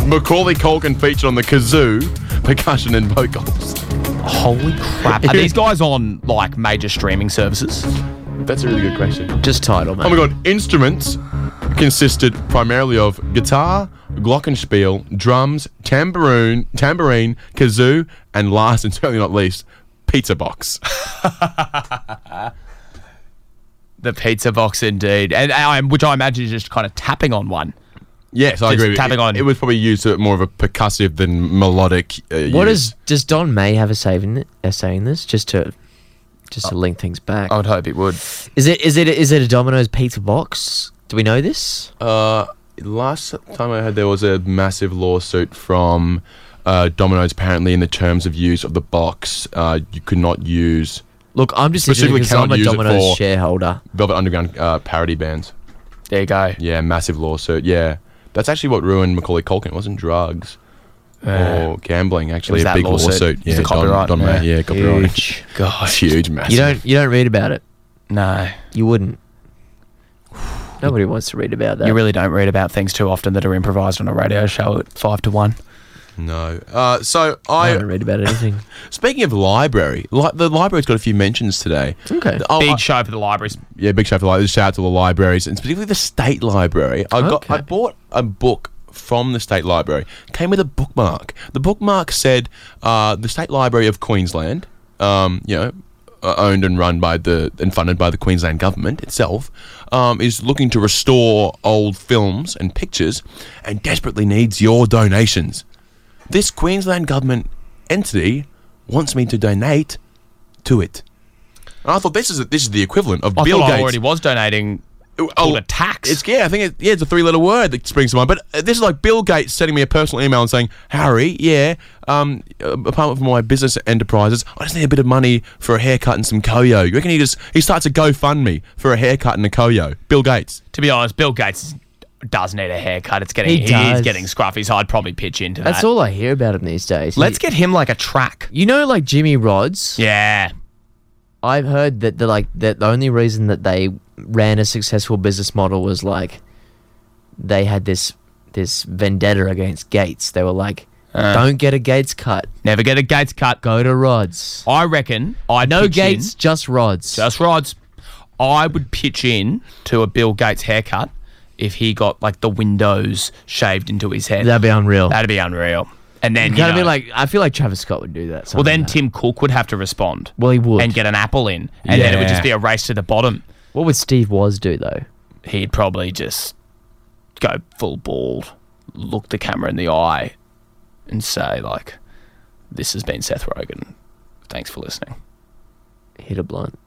Macaulay Culkin featured on the kazoo, percussion, and vocals.
Holy crap! Are these guys on like major streaming services?
That's a really good question.
Just title, man.
Oh my god, instruments consisted primarily of guitar, glockenspiel, drums, tambourine, tambourine, kazoo, and last and certainly not least, pizza box.
The pizza box, indeed, and I, which I imagine is just kind of tapping on one.
Yes, I
Just
agree. with you. it,
tapping on.
It was probably used to more of a percussive than melodic. Uh,
What
use.
is does Don May have a say in a say in this? Just to just to link things back.
I
Oh.
would hope it would.
Is it is it is it a Domino's pizza box? Do we know this?
Uh, last time I heard there was a massive lawsuit from uh, Domino's. Apparently, in the terms of use of the box, uh, you could not use
Look, I'm just interested
Specifically
because I'm
cannot
a
use it
Domino's
for-
shareholder.
Velvet Underground uh, parody bands.
There you go.
Yeah, massive lawsuit. Yeah, that's actually what ruined Macaulay Culkin. It wasn't drugs or gambling. Actually,
was
a
that
big
lawsuit.
lawsuit.
It was
Yeah,
the copyright,
Don, Don May.
yeah.
Yeah, copyright. It's
Gosh.
huge, massive.
You don't you don't read about it.
No.
You wouldn't. Nobody wants to read about that.
You really don't read about things too often that are improvised on a radio show at five to one.
No. Uh, so I,
I haven't read about anything.
speaking of library, li- the library's got a few mentions today.
Okay.
Oh,
Big
I-
show for the libraries.
yeah, big shout out to the libraries. Shout out to the libraries, and particularly the state library. I got,
Okay.
I bought a book from the state library. Came with a bookmark. The bookmark said uh, the state library of Queensland. Um, you know. uh, Owned and run by the and funded by the Queensland government itself, um, is looking to restore old films and pictures, and desperately needs your donations. This Queensland government entity wants me to donate to it. And I thought this is this is the equivalent of
I
Bill
thought
Gates.
I already was donating.
Oh,
called a tax.
It's yeah, I think it, yeah, it's a three-letter word that springs to mind. But uh, this is like Bill Gates sending me a personal email and saying, "Harry, yeah, um, uh, apart from my business enterprises, I just need a bit of money for a haircut and some koyo." You reckon he just he starts a GoFundMe for a haircut and a koyo? Bill Gates.
To be honest, Bill Gates does need a haircut. It's getting
He
he
does.
is getting scruffy, so I'd probably pitch into
That's
that.
all I hear about him these days.
Let's
You-
get him like a track.
You know, like Jimmy Rods.
Yeah.
I've heard that the like that the only reason that they ran a successful business model was like they had this this vendetta against Gates. They were like,
Uh.
"Don't get a Gates cut.
Never get a Gates cut.
Go to Rods.
I reckon I
No Gates, just Rods."
That's right. I would pitch in to a Bill Gates haircut if he got like the windows shaved into his head.
That'd be unreal.
That'd be unreal. And then you
Kind of
know,
be like I feel like Travis Scott would do that.
well,
something
then
like that.
Tim Cook would have to respond.
Well, he would.
and get an apple in, and then it would
Yeah.
just be a race to the bottom.
what would Steve Woz do though?
He'd probably just go full bald, look the camera in the eye, and say like, "This has been Seth Rogen. Thanks for listening."
Hit a blunt.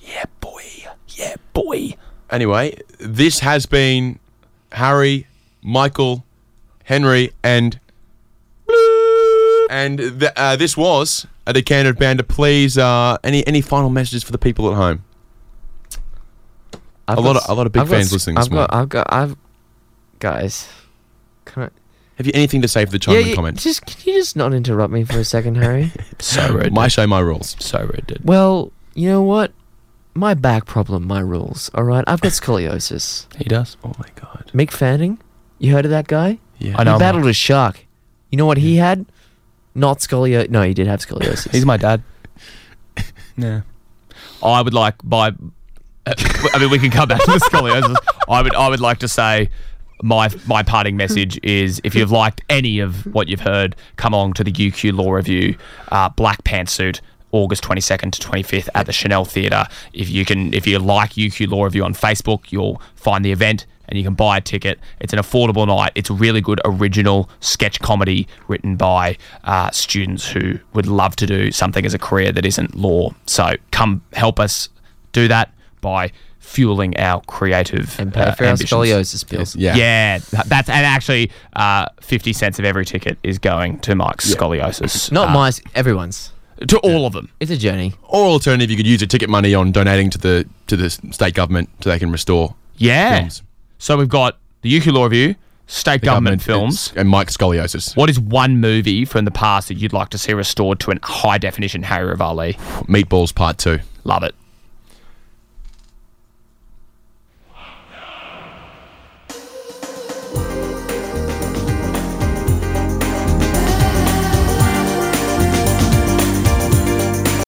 Yeah, boy. Yeah, boy.
Anyway, this has been Harry, Michael, Henry, and and th- uh, this was a decanted banter. Please, uh, any any final messages for the people at home?
I've
A lot
got
of- a lot of
s-
big fans listening this
I've got, I've got, I've guys. Can I?
Have you anything to say for the chime in
you-
comments?
Just can you just not interrupt me for a second, Harry?
So rude.
My show, my rules.
so rude. Dude.
Well, you know what? My back problem, my rules. All right, I've got scoliosis.
He does.
Oh my god.
Mick Fanning, you heard of that guy?
Yeah.
I
He
know.
battled a shark. You know what he had? Not scoliosis. No, he did have scoliosis.
He's my dad. yeah. I would like by. I mean, we can come back to the scoliosis. I would. I would like to say. My, my parting message is if you've liked any of what you've heard, come along to the UQ Law Review uh, Black Pantsuit, August 22nd to 25th at the Chanel Theatre. If you can, if you like UQ Law Review on Facebook, you'll find the event and you can buy a ticket. It's an affordable night. It's a really good original sketch comedy written by uh, students who would love to do something as a career that isn't law. So come help us do that by fueling our creative
and pay
uh,
for our
ambitions.
scoliosis bills.
Yeah.
Yeah, th- that's and actually, uh, fifty cents of every ticket is going to Mike's scoliosis.
Not
uh,
my, everyone's.
to all of them.
It's a journey.
Or alternative, you could use your ticket money on donating to the to the state government so they can restore
Yeah.
Films.
So we've got the UQ Law Review, state
the
government, films.
and Mike scoliosis.
What is one movie from the past that you'd like to see restored to a high definition Harry of Ali?
Meatballs Part Two.
Love it.